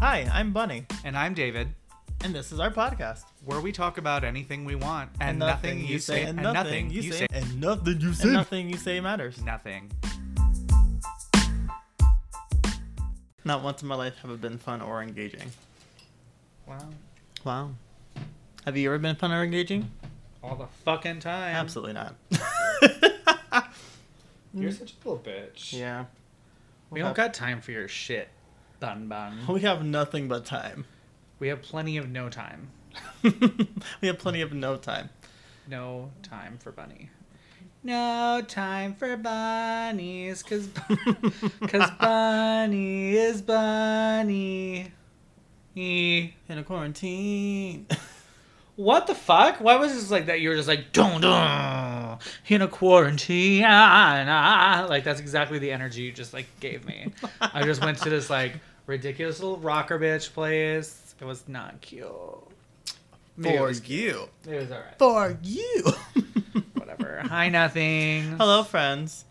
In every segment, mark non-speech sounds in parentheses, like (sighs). Hi, I'm Bunny, And I'm David, and this is our podcast. where we talk about anything we want and, nothing, you say, and nothing you say, and nothing you say, say. and nothing you say matters. nothing. Not once in my life have I been fun or engaging. Wow. Wow. Have you ever been fun or engaging? All the fucking time. Absolutely (laughs) not. You're such a little bitch. yeah. We don't got time for your shit, bun bun. (laughs) We have nothing but time. (laughs) We have plenty of no time. we have plenty of no time. No time for bunny. No time for bunnies, cause, (laughs) cause bunny is bunny. E. (laughs) In a quarantine. What the fuck? Why was this like that? You were just like, dun dun, in a quarantine. ah, ah, ah." Like, that's exactly the energy you just like gave me. I just went to this like ridiculous little rocker bitch place. It was not cute. Maybe it For was, you. it was all right. For you. (laughs) Whatever. Hi, nothing. Hello, friends.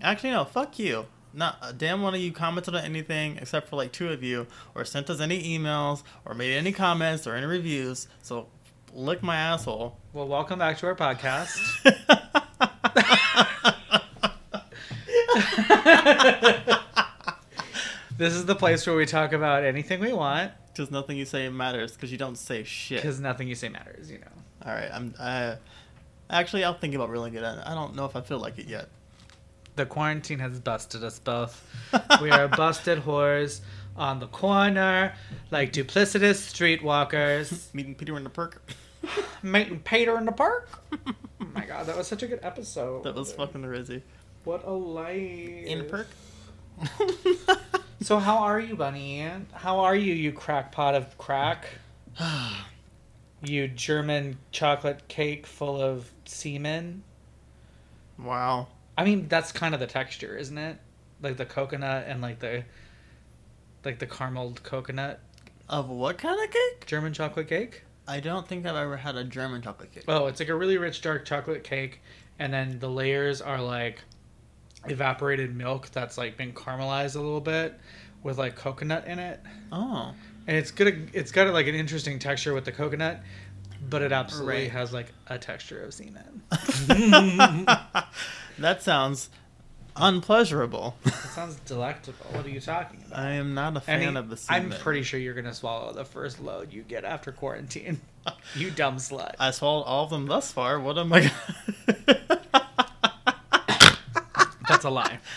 Actually, no, fuck you. Not a damn one of you commented on anything except for like two of you, or sent us any emails, or made any comments, or any reviews. So lick my asshole. (laughs) Well, welcome back to our podcast. this is the place where we talk about anything we want Because nothing you say matters, because you don't say shit. because nothing you say matters, you know. All right, I'm. I, actually, I'll think about reeling it in. I don't know if I feel like it yet. The quarantine has busted us both. (laughs) We are busted whores on the corner, like duplicitous streetwalkers. Meeting Peter in the perk. Meeting Peter in the park. Oh my god, that was such a good episode. That was fucking rizzy. What a life. In a (laughs) perk. So how are you, Bunny? How are you, you crackpot of (sighs) crack? you German chocolate cake full of semen. wow. I mean, that's kind of the texture, isn't it? Like the coconut and like the like the carameled coconut Of what kind of cake? German chocolate cake. I don't think I've ever had a German chocolate cake. Oh, it's like a really rich dark chocolate cake, and then the layers are like evaporated milk that's like been caramelized a little bit with like coconut in it. (laughs) Oh. and it's good it's got like an interesting texture with the coconut but it absolutely Right. has like a texture of semen that sounds unpleasurable. it sounds delectable what are you talking about I am not a fan Any- of the i'm semen. pretty sure you're gonna swallow the first load you get (laughs) after quarantine you dumb slut I swallowed all of them thus far. What am I? gonna- that's (laughs) a lie (laughs)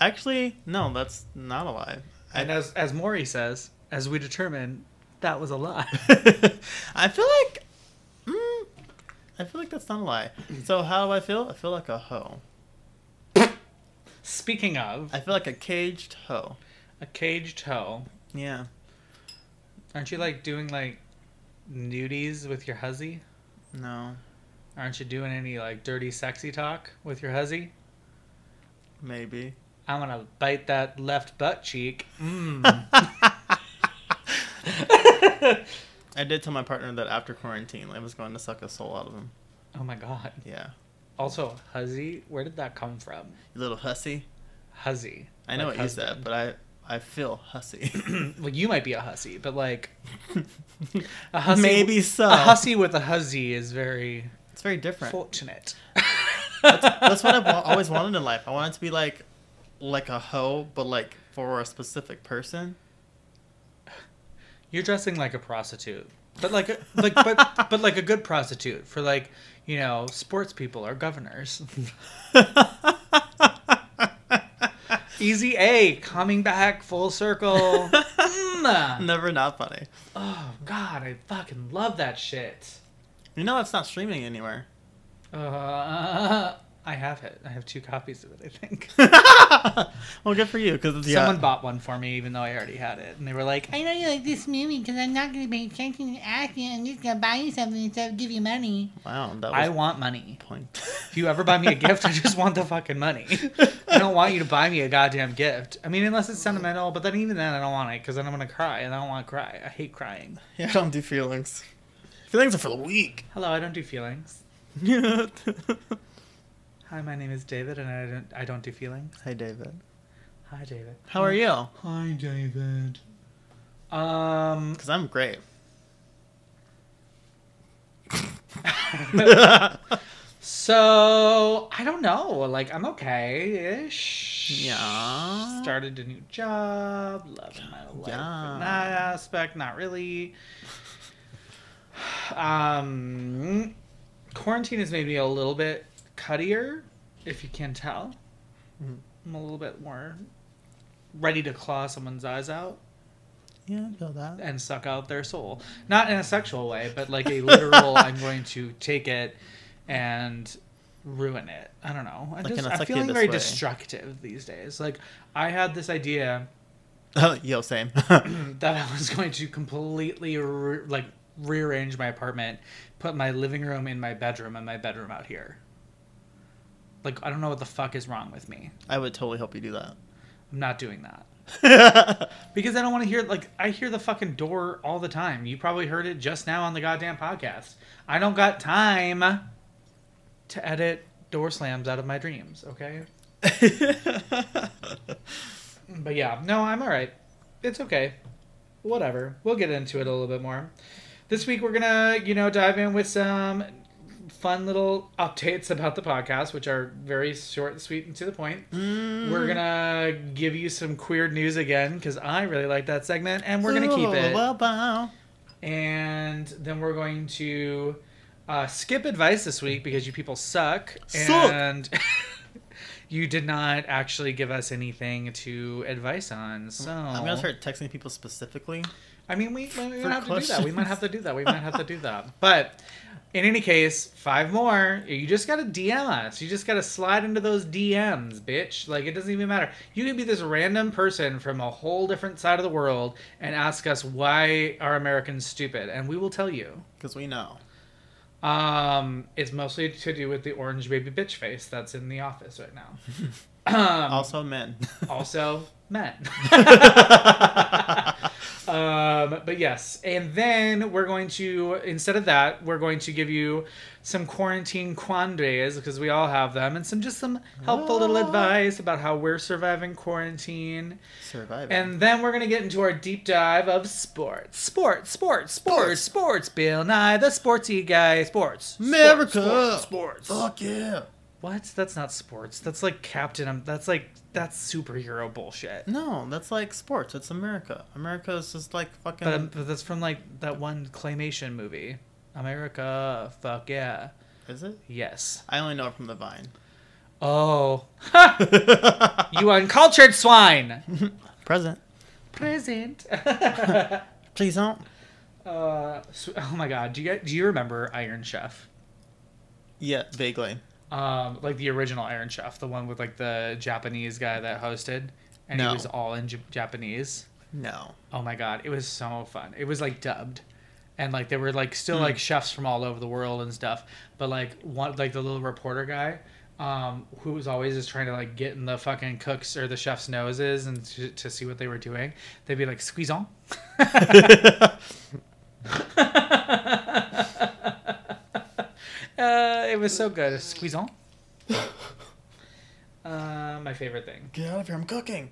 Actually, no, that's not a lie. and as as maury says as we determine that was (laughs) a lie (laughs) I feel like, mm, I feel like that's not a lie. So how do I feel? I feel like a hoe. speaking of I feel like a caged hoe. a caged toe Yeah. aren't you like doing like nudies with your huzzy No. aren't you doing any like dirty sexy talk with your huzzy (laughs) Maybe. I'm gonna bite that left butt cheek. Mm. (laughs) Oh I did tell my partner that after quarantine, I was going to suck a soul out of him. Oh my god. Yeah. Also, huzzy, where did that come from? You little hussy. Huzzy. I know like it used that, husband. but I I feel (laughs) hussy. (clears throat) Well, you might be a hussy, but like a hussy. Maybe so. A hussy with a huzzy is very It's very different. (laughs) fortunate. That's what I've wa- (laughs) always wanted in life. I wanted to be like like a hoe, but like for a specific (laughs) person. You're dressing like a prostitute, but like, a, like, (laughs) but but like a good prostitute for like you know sports people or governors. Easy A coming back full circle. (laughs) Mm. Never not funny. Oh God, I fucking love that shit. You know that's not streaming anywhere. Uh, I have it. I have two copies of it. I think Well, good for you because yeah, someone bought one for me, even though I already had it, and they were like, I know you like this movie because I'm not going to pay attention to acting. I'm just going to buy you something instead of give you money. wow, that was "I want money. (laughs) point. If you ever (laughs) buy me a gift, I just want the fucking money. (laughs) I don't want you to buy me a goddamn gift. I mean, unless it's sentimental, but then even then, I don't want it because then I'm gonna cry, and I don't want to cry. I hate crying. yeah, I don't do feelings. Feelings are for the weak. (laughs) Hello, I don't do feelings. hey, Hi, my name is David, and I don't I don't do feelings. David. Hi, David. How are you? Hi, David. Um, (laughs) Because I'm great. (laughs) so I don't know. Like I'm okay ish. Yeah. Started a new job. Loving my life Yeah. in that aspect. Not really. Um, quarantine has made me a little bit cuttier, if you can tell. Mhm. I'm a little bit more ready to claw someone's eyes out. yeah, I feel that. and suck out their soul. Not in a sexual way, but like a (laughs) literal I'm going to take it and ruin it. I don't know. I Like in just, a I'm feeling succubus very way. destructive these days. Like I had this idea (laughs) Yo, same. (laughs) (clears throat) that I was going to completely re- like rearrange my apartment, put my living room in my bedroom and my bedroom out here. Like I don't know what the fuck is wrong with me. I would totally help you do (laughs) I'm not doing that. that. Because I don't want to hear like I hear the fucking door all the time. You probably heard it just now on the goddamn podcast. I don't got time to edit door slams out of my dreams, okay? But yeah, no, I'm all right. It's okay. Whatever. We'll get into it a little bit more. This week we're going to, you know, dive in with some fun little updates about the podcast, which are very short, sweet, and to the point. Mm. We're gonna give you some queer news again because I really like that segment, and we're gonna keep it. Well, bow. And then we're going to uh, skip advice this week because you people suck, Suck. and (laughs) you did not actually give us anything to advice on. So I'm gonna start texting people specifically. I mean, we, we might For have to do that. We might questions. have to do that. We might have to (laughs) do that. But in any case, five more. You just gotta DM us. You just gotta slide into those DMs, bitch. Like it doesn't even matter. You can be this random person from a whole different side of the world and ask us why are Americans stupid, and we will tell you. Because we know. Um, it's mostly to do with the orange baby bitch face that's in the office right now. um, Also, men. (laughs) also men. um, but yes, and then we're going to instead of that, we're going to give you some quarantine quandaries because we all have them, and some just some helpful little What? advice about how we're surviving quarantine. (laughs) Surviving. And then we're gonna get into our deep dive of sports, sports, sports, sports, sports. Bill Nye, the sportsy guy, sports, America! sports, sports. sports. Fuck yeah. What? That's not sports. That's like Captain. Um, that's like that's superhero bullshit. No, that's like sports. It's America. America is just like fucking. But, um, but that's from like that one claymation movie, America. Fuck yeah. is it? Yes. I only know it from the (laughs) Vine. (laughs) Oh, Ha! (laughs) you uncultured swine. Present. (laughs) Present. Please don't. uh, so- oh my god. Do you get, do you remember Iron Chef? Yeah, vaguely. Um, like the original Iron Chef, the one with like the Japanese guy that hosted, and No. he was all in J- Japanese. (laughs) No. Oh my god, it was so fun. It was like dubbed. And like there were like still Hmm. like chefs from all over the world and stuff, but like one like the little reporter guy, um, who was always just trying to like get in the fucking cooks or the chefs' noses and to, to see what they were doing. They'd be like squeeze on, (laughs) uh, it was so good. (laughs) Squeeze on. uh, my favorite thing. Get out of here. I'm cooking.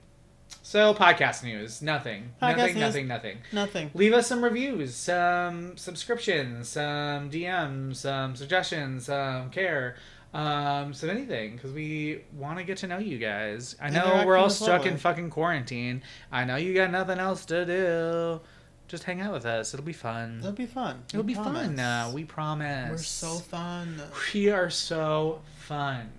So podcast news, nothing, Podcast nothing, news. nothing, nothing. Nothing. Leave us some reviews, some subscriptions, some DMs, some suggestions, some care, um, some anything, because we want to get to know you guys. I know Interact we're all with us stuck in lovely. fucking quarantine. I know you got nothing else to do. Just hang out with us. It'll be fun. That'll be fun. It'll We be fun. Uh, promise. we promise. We're so fun. We are so fun.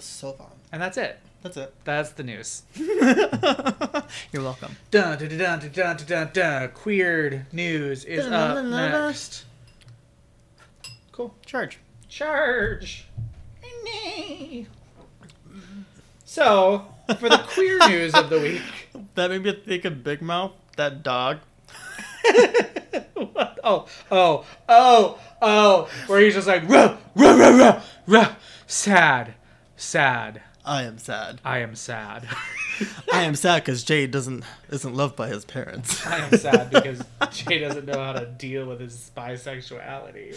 So fun. And that's it. That's (laughs) it. That's the news. You're welcome. Dun dun dun dun dun dun dun. dun. Queered news is Dun, up dun, dun, dun. next. Cool. Charge. Charge. So for the (laughs) queer news of the week. That made me think of Big Mouth, that (laughs) dog. What? Oh oh oh oh! Where he's just like ruh ruh ruh ruh ruh. Sad, sad. I am sad. I am sad. I am sad because Jade doesn't isn't loved by his parents. (laughs) I am sad because Jay doesn't know how to deal with his bisexuality.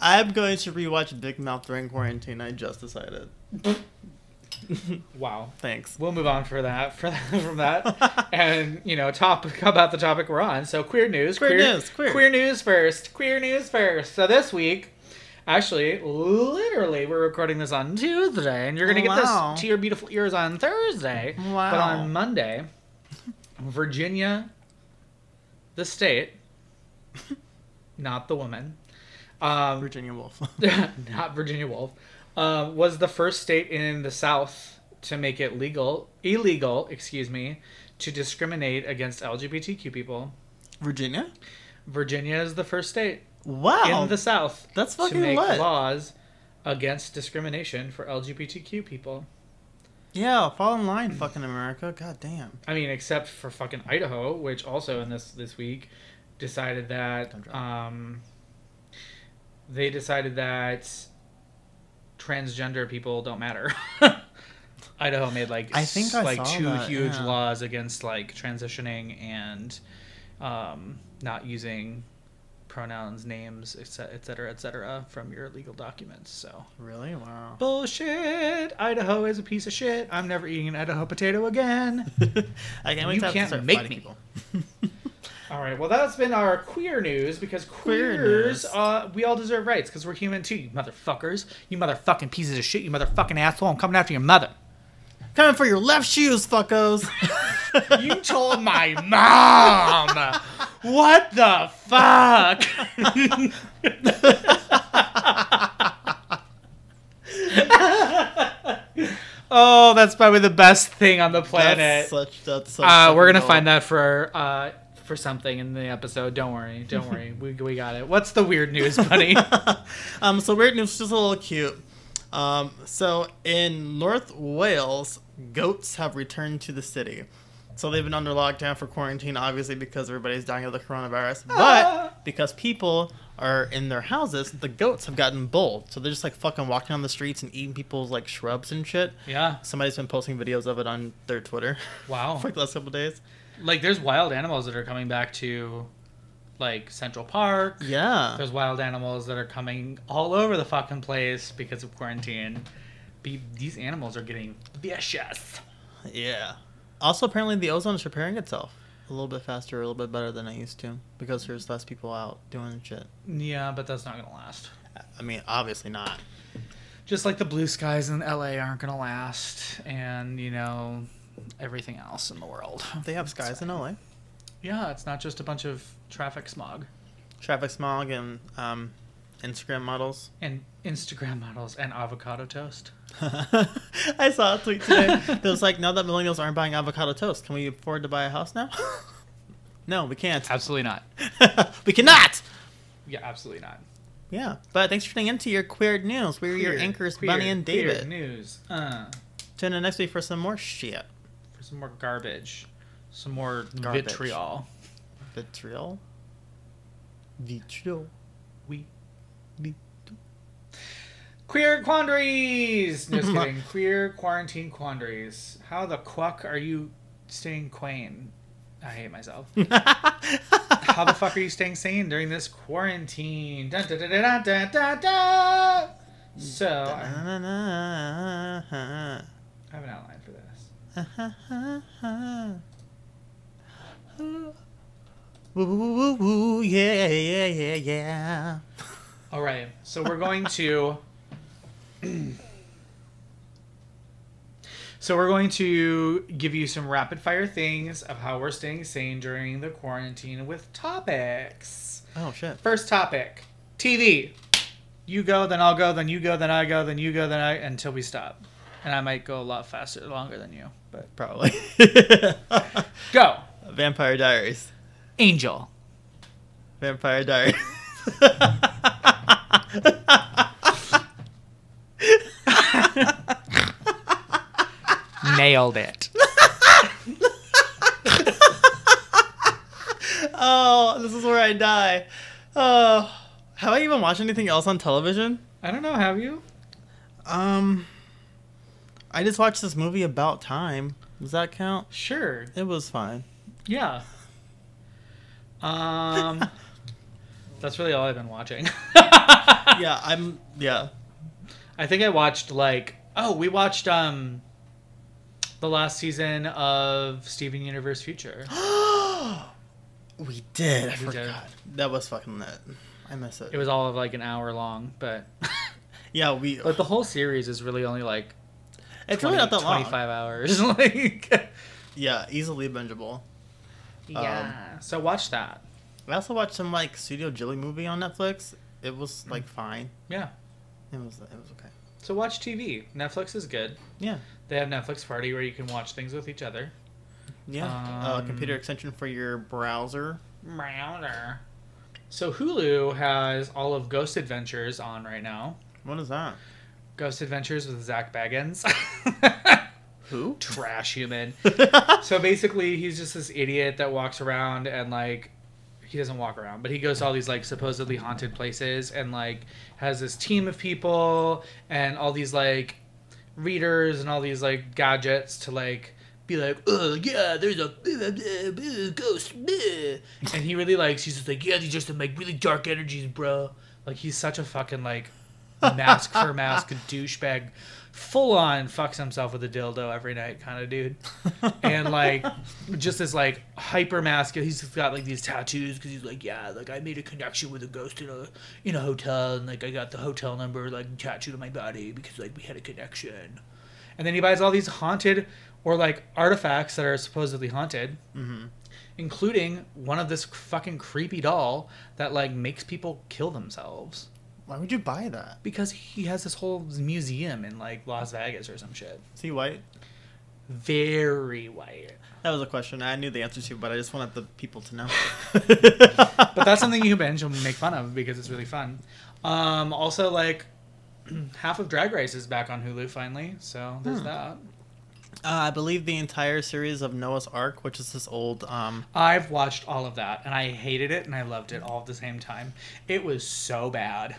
I'm going to rewatch Big Mouth during quarantine. I just decided. Wow. Thanks. We'll move on for that, for that from that, and you know, topic about the topic we're on. So queer news, Queer news, queer. news first, queer news first. So this week, actually, literally, we're recording this on Tuesday, and you're gonna Wow. get this to your beautiful ears on Thursday. Wow. But on Monday, Virginia, (laughs) the state, not the woman, (laughs) um, Virginia (laughs) Woolf. not Virginia Woolf, uh, was the first state in the South to make it legal, illegal, excuse me, to discriminate against LGBTQ people. Virginia? Virginia is the first state Wow. in the South that's to fucking make lit. laws against discrimination for LGBTQ people. Yeah, fall in line, fucking America. God damn. I mean, except for fucking Idaho, which also in this this week Don't decided that drop. um, they decided that transgender people don't matter. (laughs) Idaho made like I think s- I like saw two that, huge yeah. laws against like transitioning and um, not using pronouns, names, et cet- et cetera, et cetera, from your legal documents. So Really? Wow. bullshit. Idaho is a piece of shit. I'm never eating an Idaho potato again. (laughs) I can't wait You to have to can't start make fighting me. people. All right. Well, that's been our queer news because Queer queers, news. uh, we all deserve rights because we're human too, you motherfuckers. You motherfucking pieces of shit. You motherfucking asshole. I'm coming after your mother. Coming for your left shoes, fuckos. (laughs) (laughs) You told my mom. What the fuck? (laughs) oh, that's probably the best thing on the planet. That's such, that's such Uh, we're fucking gonna find dope. that for uh, for something in the episode. Don't worry, don't (laughs) worry. We, we got it. What's the weird (laughs) news, buddy? (laughs) um, so weird news, just a little cute. Um, so in North Wales, goats have returned to the city. So they've been under lockdown for quarantine, obviously because everybody's dying of the coronavirus. Ah. But because people are in their houses, the goats have gotten bold. So they're just like fucking walking on the streets and eating people's like shrubs and shit. yeah. Somebody's been posting videos of it on their Twitter Wow. (laughs) for the last couple days. Like, there's wild animals that are coming back to, like Central Park. Yeah. There's wild animals that are coming all over the fucking place because of quarantine. Be- these animals are getting vicious. Yeah. Also, apparently, the ozone is repairing itself a little bit faster, a little bit better than I used to because there's less people out doing shit. Yeah, but that's not gonna last. I mean, obviously not. Just like the blue skies in LA aren't gonna last, and you know, everything else in the world. They have skies in LA, Yeah, it's not just a bunch of traffic smog traffic smog, and um, Instagram models. (laughs) and Instagram models and avocado toast. I saw a tweet today that was like, now that millennials aren't buying avocado toast, can we afford to buy a house now? (laughs) no, we can't. (laughs) Absolutely not. we cannot! Yeah, absolutely not. Yeah, but thanks for tuning into your Queer News. We're your anchors, Bunny and David. news. Uh, Tune in next week for some more shit. for some more garbage, some more Garbage. vitriol. Vitriol. Vitriol. We Be- queer quandaries. (laughs) No, just kidding. queer quarantine quandaries. How the quack are you staying quain? I (laughs) hate myself. How the fuck are you staying sane during this quarantine? Dun, dun, dun, dun, dun, dun, dun, dun. So I I have an outline for this. Ooh, yeah, yeah, yeah, yeah. All right, so we're going to. (clears throat) so we're going to give you some rapid fire things of how we're staying sane during the quarantine with topics. Oh, shit. First topic TV. You go, then I'll go, then you go, then I go, then you go, then I, until we stop. And I might go a lot faster, longer than you, but Probably. (laughs) go. Vampire Diaries. Angel. Vampire Diaries. (laughs) Nailed it. oh, this is where I die. Oh, have I even watched anything else on television? I don't know, have you? Um, I just watched this movie about time. Does that count? Sure. It was fine. Yeah. (laughs) Um, that's really all I've been watching. Yeah, I'm. Yeah, I think I watched like oh, we watched um, the last season of Steven Universe Future. (gasps) we did. I We did. forgot. That was fucking lit. I miss it. It was all of like an hour long, but (laughs) yeah, we. but the whole series is really only like it's really not that long. 25 hours. (laughs) like um, Yeah, easily bingeable. yeah. so watch that. I also watched some like Studio Ghibli movie on Netflix. It was Mm. like fine. Yeah. It was it was okay. So watch TV. Netflix is good. Yeah. They have Netflix Party where you can watch things with each other. Yeah. uh, Um, computer extension for your browser. Browser. So Hulu has all of Ghost Adventures on right now. What is that? Ghost Adventures with Zach Baggins. (laughs) Who? Trash human. yeah. So basically, he's just this idiot that walks around and like he doesn't walk around, but he goes to all these like supposedly haunted places and like has this team of people and all these like readers and all these like gadgets to like be like, oh yeah, there's a blah, blah, blah, ghost, blah." and he really likes. He's just like, yeah, these are some like really dark energies, bro. Like he's such a fucking like mask for mask douchebag, full on fucks himself with a dildo every night kind of dude and like just this like hyper masculine. He's just got like these tattoos because he's like, yeah, like I made a connection with a ghost in a in a hotel, and like I got the hotel number like tattooed on my body because like we had a connection. And then he buys all these haunted or like artifacts that are supposedly haunted, including one of this fucking creepy doll that like makes people kill themselves Why would you buy that? because he has this whole museum in like Las Vegas or some shit. See white? Very white. That was a question I knew the answer to, but I just wanted the people to know. (laughs) but that's something you can binge and make fun of because it's really fun. Um, also, like (clears throat) half of Drag Race is back on Hulu finally, so Hmm. there's that. Uh, I believe the entire series of Noah's Ark, which is this old. Um, I've watched all of that and I hated it and I loved it all at the same time. It was so bad.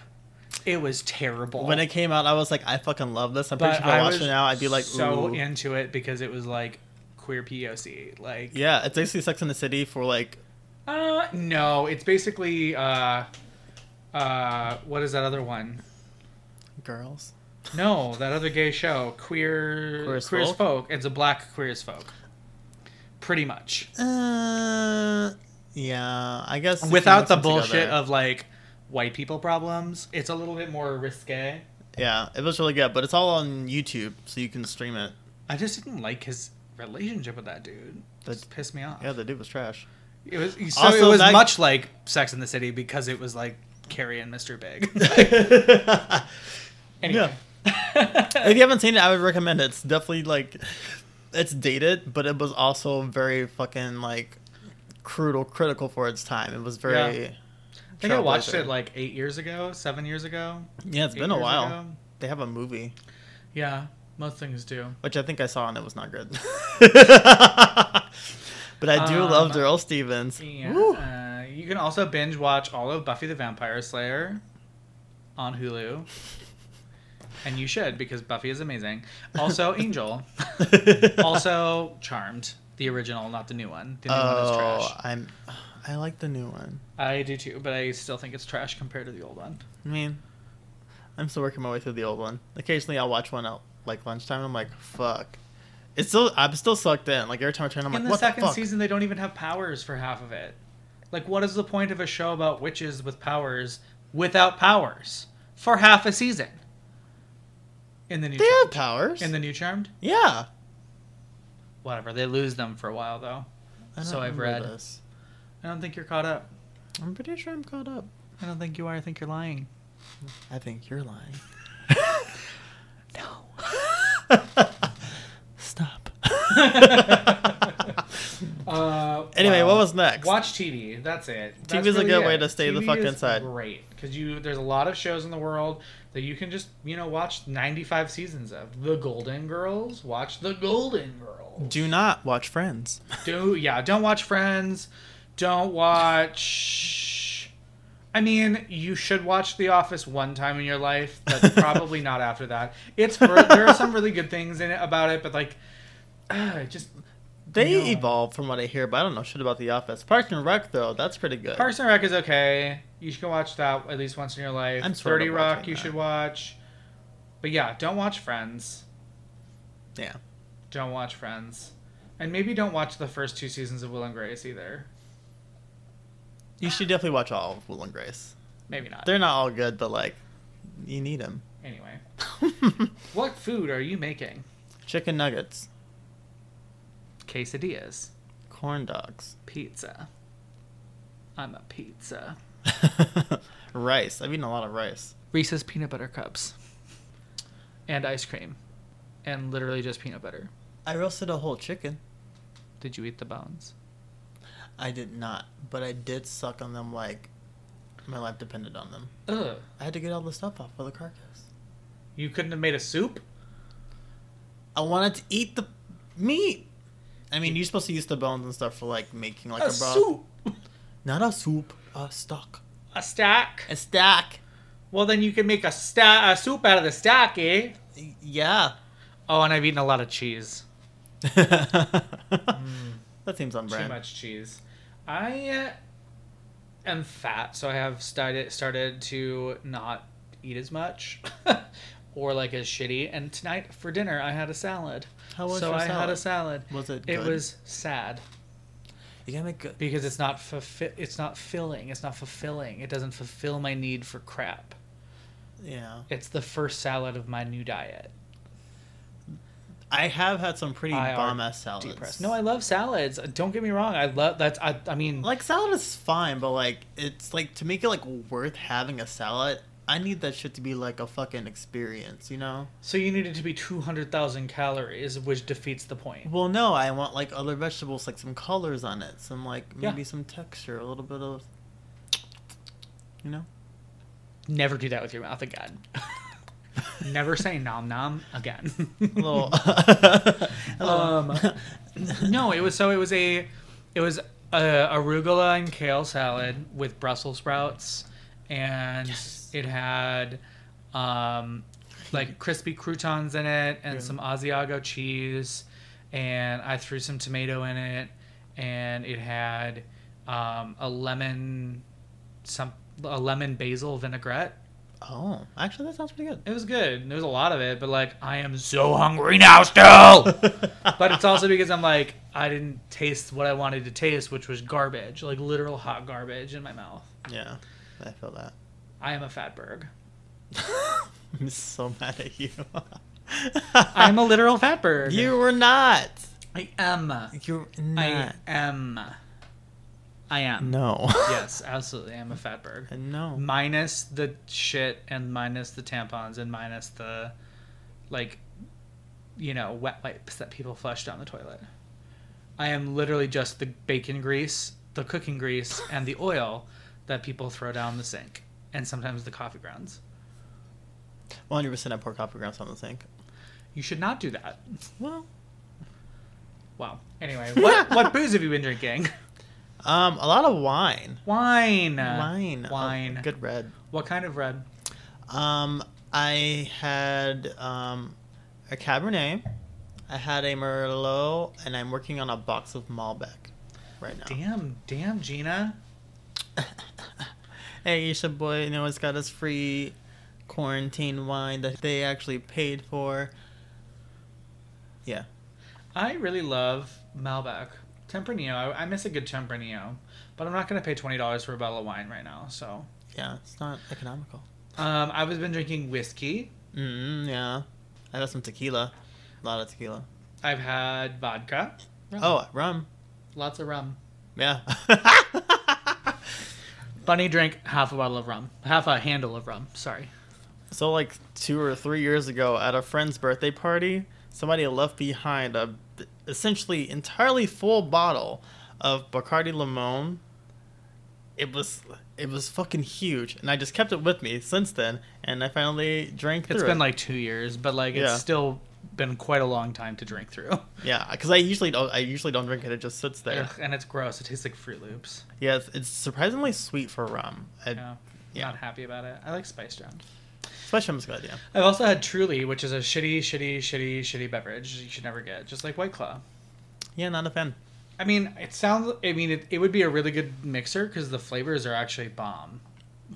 It was terrible. when it came out, I was like, I fucking love this. I'm pretty but sure if I, I watched was it now, I'd be like, so ooh. into it because it was like queer POC. Like, Yeah, it's basically Sex in the City for like. uh, no, it's basically uh, uh, what is that other one? Girls. No, that other gay show, queer Queer queer as as, Folk? folk. It's a black queer as folk, pretty much, Uh, yeah, I guess if you without mix the them bullshit together- of like white people problems. It's a little bit more risque. Yeah, it was really good, but it's all on YouTube, so you can stream it. I just didn't like his relationship with that dude. That That's- just pissed me off. Yeah, the dude was (laughs) trash. (laughs) It was so Also, it was that- much like Sex in the City because it was like Carrie and (laughs) Mr. Big. (laughs) anyway. (laughs) if you haven't seen it, I would recommend it. It's definitely like it's dated, but it was also very fucking like cruel, critical for its time. It was very yeah, I think I watched Trailblazer. it like eight years ago, seven years ago. it's eight been a years while. ago. They have a movie, Yeah, most things do. which I think I saw and it was not good. (laughs) but I do Um, love Daryl Stevens. Woo. Yeah. Uh, you can also binge watch all of Buffy the Vampire Slayer on Hulu. And you should because Buffy is amazing. (laughs) Also, Angel. also, Charmed. The original, not the new one. The new one is oh, trash. I'm I like the new one. I do too, but I still think it's trash compared to the old one. I mean, I'm still working my way through the old one. Occasionally, I'll watch one out like lunchtime. and I'm like, fuck. It's still I'm still sucked in. Like every time I turn, on, I'm In like, the what second the fuck? season, they don't even have powers for half of it. Like, what is the point of a show about witches with powers without powers for half a season? In the new They have Charmed. powers. in the new Charmed. yeah. whatever. They lose them for a while though. I don't So I've remember read. This. I don't think you're caught up. I'm pretty sure I'm caught up. I don't think you are. I think you're lying. I think you're (laughs) lying. No. (laughs) Stop. Uh, Anyway, wow. what was next? Watch TV. That's it. That's TV is a good it. way to stay the fuck is inside. Great, because you there's a lot of shows in the world that you can just you know watch 95 seasons of. The Golden Girls. Watch The Golden Girls. Do not watch Friends. Do yeah. Don't watch Friends. Don't watch. I mean, you should watch The Office one time in your life, (laughs) but probably not after that. It's for, there are some really good things in it about it, but like, uh, just They No. evolved from what I hear, but I don't know shit about The Office. Parks and Rec though, that's pretty good. Parks and Rec is okay. You should go watch that at least once in your life. I'm sort Thirty of Rock, watching you that. should watch. But yeah, don't watch Friends. yeah. Don't watch Friends, and maybe don't watch the first two seasons of Will and Grace either. You should definitely watch all of Will and Grace. Maybe not. They're not all good, but like, you need (laughs) them. Anyway, what food are you making? Chicken nuggets, Quesadillas, corn (laughs) dogs, pizza. I'm a pizza. rice. I've eaten a lot of rice. Reese's peanut butter cups, and ice cream, and literally just peanut butter. I roasted a whole chicken. Did you eat the bones? I did not, but I did suck on them like my life depended on them. Ugh. I had to get all the stuff off of the carcass. You couldn't have made a soup? I wanted to eat the meat. I mean, you're supposed to use the bones and stuff for like making like a, a broth. soup! Not a soup, a stock. A stack? A stack. Well, then you can make a, sta- a soup out of the stack, eh? (laughs) Yeah. Oh, and I've eaten a lot of cheese. that seems on brand. Too much cheese. I uh, am fat, so I have started started to not eat as much, (laughs) or like as shitty. And tonight for dinner, I had a salad. How was so your I had a salad? salad. Was it? It good? was sad You gotta make good. because it's not fulfi- It's not filling. It's not fulfilling. It doesn't fulfill my need for crap. Yeah. It's the first salad of my new diet. I have had some pretty I are bomb ass salads. Depressed. No, I love salads. Don't get me wrong. I love that's. I, I mean, like salad is fine, but like it's like to make it like worth having a salad. I need that shit to be like a fucking experience, you know? so you need it to be two hundred thousand calories, which defeats the point. Well, no, I want like other vegetables, like some colors on it, some like Yeah. maybe some texture, a little bit of, you (laughs) know. Never do that with your (laughs) mouth again. Never say nom nom again. A (laughs) little. Um, no, it was so it was a, it was a arugula and kale salad with Brussels sprouts, and it had, um, like crispy croutons in it and Yeah. some Asiago cheese, and I threw some tomato in it, and it had, um, a lemon, some a lemon basil vinaigrette. (laughs) oh, actually, that sounds pretty good. It was good. There was a lot of it, but like I am so hungry now still. but it's also because I'm like I didn't taste what I wanted to taste, which was garbage, like literal hot garbage in my mouth. (laughs) Yeah, I feel that. I am a fatberg. I'm so mad at you. (laughs) I'm (laughs) a literal fatberg. You were not. I am. You're I not. am. I am. No. (laughs) Yes, absolutely. I'm a fatberg. no. Minus the shit and minus the tampons and minus the, like, you know, wet wipes that people flush down the toilet. I am literally just the bacon grease, the cooking grease, and the oil that people throw down the sink, and sometimes the coffee grounds. 100% I pour coffee grounds on the sink. You should not do that. Well, Wow. Anyway, (laughs) what what booze have you been drinking? um, a lot of wine. Wine. Wine. A Wine. good red. What kind of red? Um, I had um, a Cabernet. I had a Merlot, and I'm working on a box of Malbec right now. Damn, damn, Gina. (coughs) Hey, Isha boy, you know it's got us free quarantine wine that they actually paid for. Yeah, I really love Malbec. Tempranillo. I, I miss a good Tempranillo, but I'm not gonna pay twenty dollars for a bottle of wine right now. So, yeah, it's not economical. um, I've been drinking whiskey. Mm, yeah, I had some tequila, a lot of tequila. I've had vodka. Oh, rum. Lots of rum. Yeah. (laughs) Bunny drank half a bottle of rum, half a handle of rum. Sorry. so like two or three years ago at a friend's birthday party, somebody left behind a essentially entirely full bottle of Bacardi Limon. It was it was fucking huge, and I just kept it with me since then, and I finally drank It's through been it. like two years, but like Yeah. it's still been quite a long time to drink through. yeah, because I usually don't I usually don't drink it; it just sits there. Ugh, and it's gross. It tastes like Fruit Loops. Yeah, it's, it's surprisingly sweet for rum, I, Yeah. Yeah. Not happy about it. I like spiced rum. especially muscat. Yeah, I've also had Truly, which is a shitty, shitty, shitty, shitty beverage you should never get, just like White Claw. yeah, not a fan. I mean, it sounds. I mean, it, it would be a really good mixer because the flavors are actually bomb.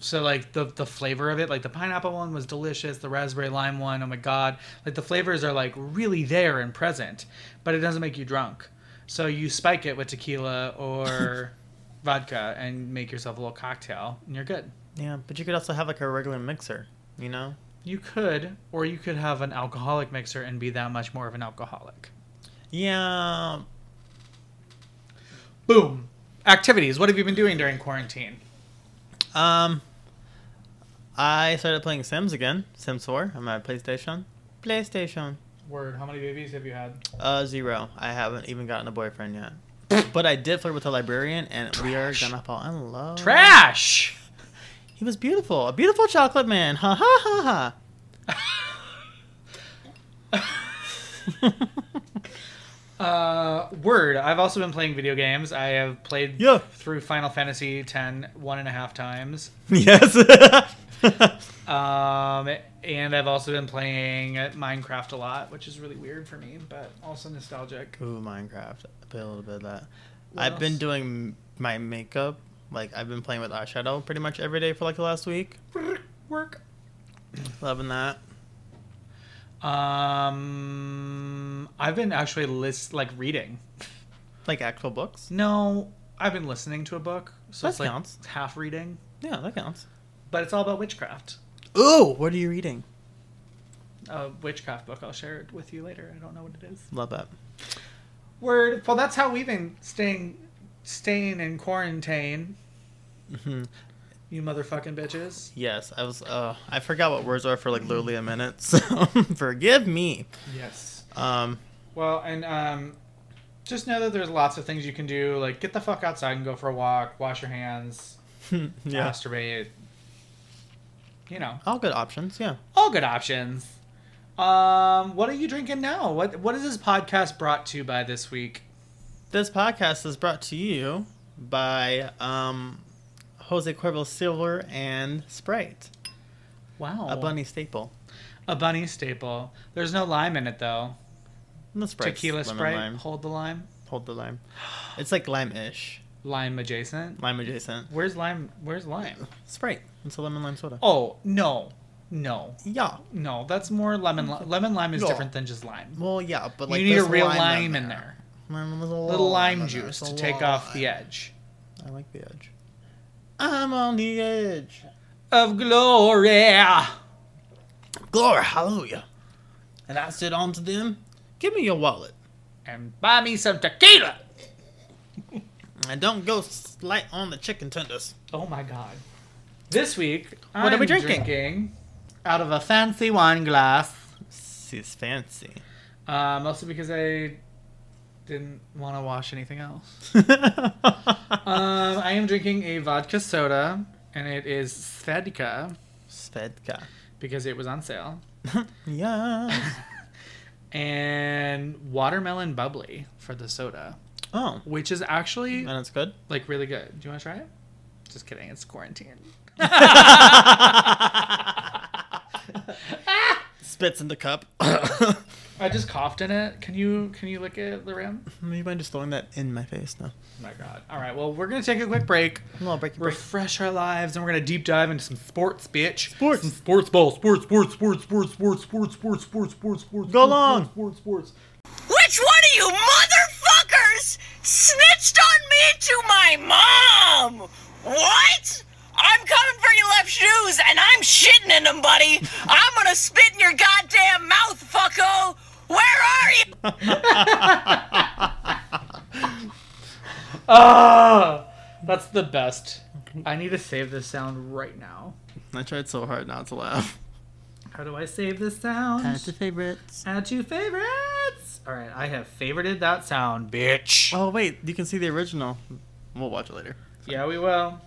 so like the the flavor of it, like the pineapple one was delicious, the raspberry lime one, oh my god, like the flavors are like really there and present, but it doesn't make you drunk. So you spike it with tequila or vodka and make yourself a little cocktail, and you're good. Yeah, but you could also have like a regular mixer, you know? You could, or you could have an alcoholic mixer and be that much more of an alcoholic. Yeah. Boom. Activities. What have you been doing during quarantine? Um, I started playing Sims again, Sims 4 on my PlayStation. PlayStation. Word. How many babies have you had? Uh, zero. I haven't even gotten a boyfriend yet. But I did flirt with a librarian, and we are Trash. gonna fall in love. Trash. He was beautiful, a beautiful chocolate man. Ha ha ha ha. (laughs) (laughs) Uh, word. I've also been playing video games. I have played Yeah. through Final Fantasy X one and a half times. (laughs) yes. Um, and I've also been playing Minecraft a lot, which is really weird for me, but also nostalgic. Ooh, Minecraft. I play a little bit of that. What I've been else? doing my makeup. Like I've been playing with eyeshadow pretty much every day for like the last week. Work. Loving that. Um, I've been actually list like reading. Like actual books. No, I've been listening to a book, so That it's like counts. half reading, Yeah, that counts. but it's all about witchcraft. Ooh, what are you reading? A witchcraft book. I'll share it with you later. I don't know what it is. Love that. Word. Well, that's how we've been staying, staying in quarantine. Mhm. You motherfucking bitches. Yes, I was. Uh, I forgot what words are for like literally a minute. (laughs) So forgive me. Yes. Um, (laughs) Well, and um, just know that there's lots of things you can do. Like get the fuck outside and go for a walk. Wash your hands. yeah, Masturbate. You know, all good options. Yeah. all good options. Um, what are you drinking now? What What is this podcast brought to you by this week? This podcast is brought to you by um, Jose Cuervo Silver and Sprite, Wow, a bunny staple. a bunny staple. There's no lime in it though. The Sprite's Tequila lemon Sprite. lime. Hold the lime. Hold the lime. It's like lime-ish, Lime adjacent. lime adjacent. Where's lime? Where's lime? Sprite. It's a lemon lime soda. Oh no, no, Yeah. no. That's more lemon. Li- lemon lime is No. different than just lime. Well, yeah, but like you need a there's real lime, lime, in there. Mm, there's a little lime in there. juice It's to a take off the uh, lime. edge I like the edge. I'm on the edge. of glory. Glory, hallelujah. And I said unto them, Give me your wallet. And buy me some tequila. And don't go slight on the chicken tenders. Oh my god. This week, What are I'm we drinking? drinking Out of a fancy wine glass. She's fancy. (laughs) Uh, mostly because I didn't want to wash anything else. Uh, Um, I am drinking a vodka soda, and it is Svedka Svedka. (laughs) because it was on sale. yes. And watermelon bubbly for the soda, Oh, which is actually and it's good. like really good. Do you want to try it? Just kidding. It's (laughs) quarantine. (laughs) Spits in the cup. I just coughed in it. Can you can you lick it, the rim? (laughs) you mind just throwing that in my face now? Oh my god. All right. Well, we're gonna take a quick break, No, I'll break your break. refresh our lives, and we're gonna deep dive into some sports, bitch. Sports. Some sports ball. Sports. Sports. Sports. Sports. Sports. Sports. Sports. Sports. Sports. Go Sports. sports, long. Sports. Sports. sports. Which one of you motherfuckers snitched on me to my mom? What? I'm coming for your left shoes and I'm shitting in them, buddy. I'm gonna spit in your goddamn mouth, fucko. Where are you? Ah, that's the best. I need to save this sound right now. I tried so hard not to laugh. How do I save this sound? favorites. Add to favorites. All right, I have favorited that sound, bitch. Oh wait, you can see the original. We'll watch it later. (laughs) Yeah, we will.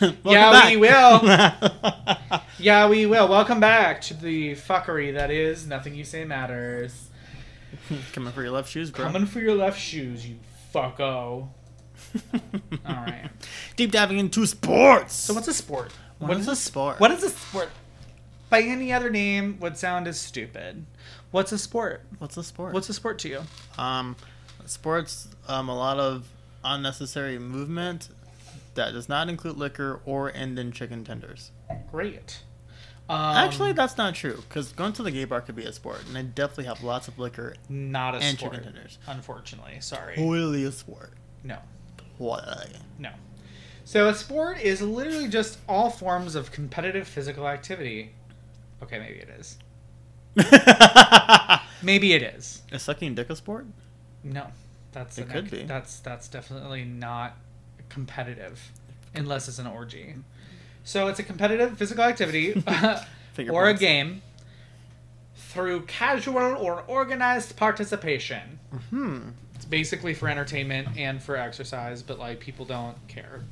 Welcome Yeah, we will. Yeah, we will. Welcome back to the fuckery that is nothing you say matters. (laughs) Coming for your left shoes, bro. (laughs) Coming for your left shoes, you fucko. All right. Deep diving into sports. (laughs) So what's a sport? What is a sport? What is a sport? By any other name would sound as stupid. What's a sport? What's a sport? What's a sport to you? um, sports? Um, a lot of unnecessary movement, that does not include liquor or end in chicken tenders. Great. Um, Actually, that's not true because going to the gay bar could be a sport, and I definitely have lots of liquor. not a and sport. chicken tenders. Unfortunately, sorry. Really a sport. No, Why? (laughs) (laughs) no. So a sport is literally just all forms of competitive physical activity. Okay, maybe it is. Maybe it is. Is sucking dick a sport? No, that's It an could ec- be. That's that's definitely not competitive, unless it's an orgy. So it's a competitive physical activity (laughs) (laughs) Finger or a points. game through casual or organized participation. Hmm. It's basically for entertainment and for exercise, but like people don't care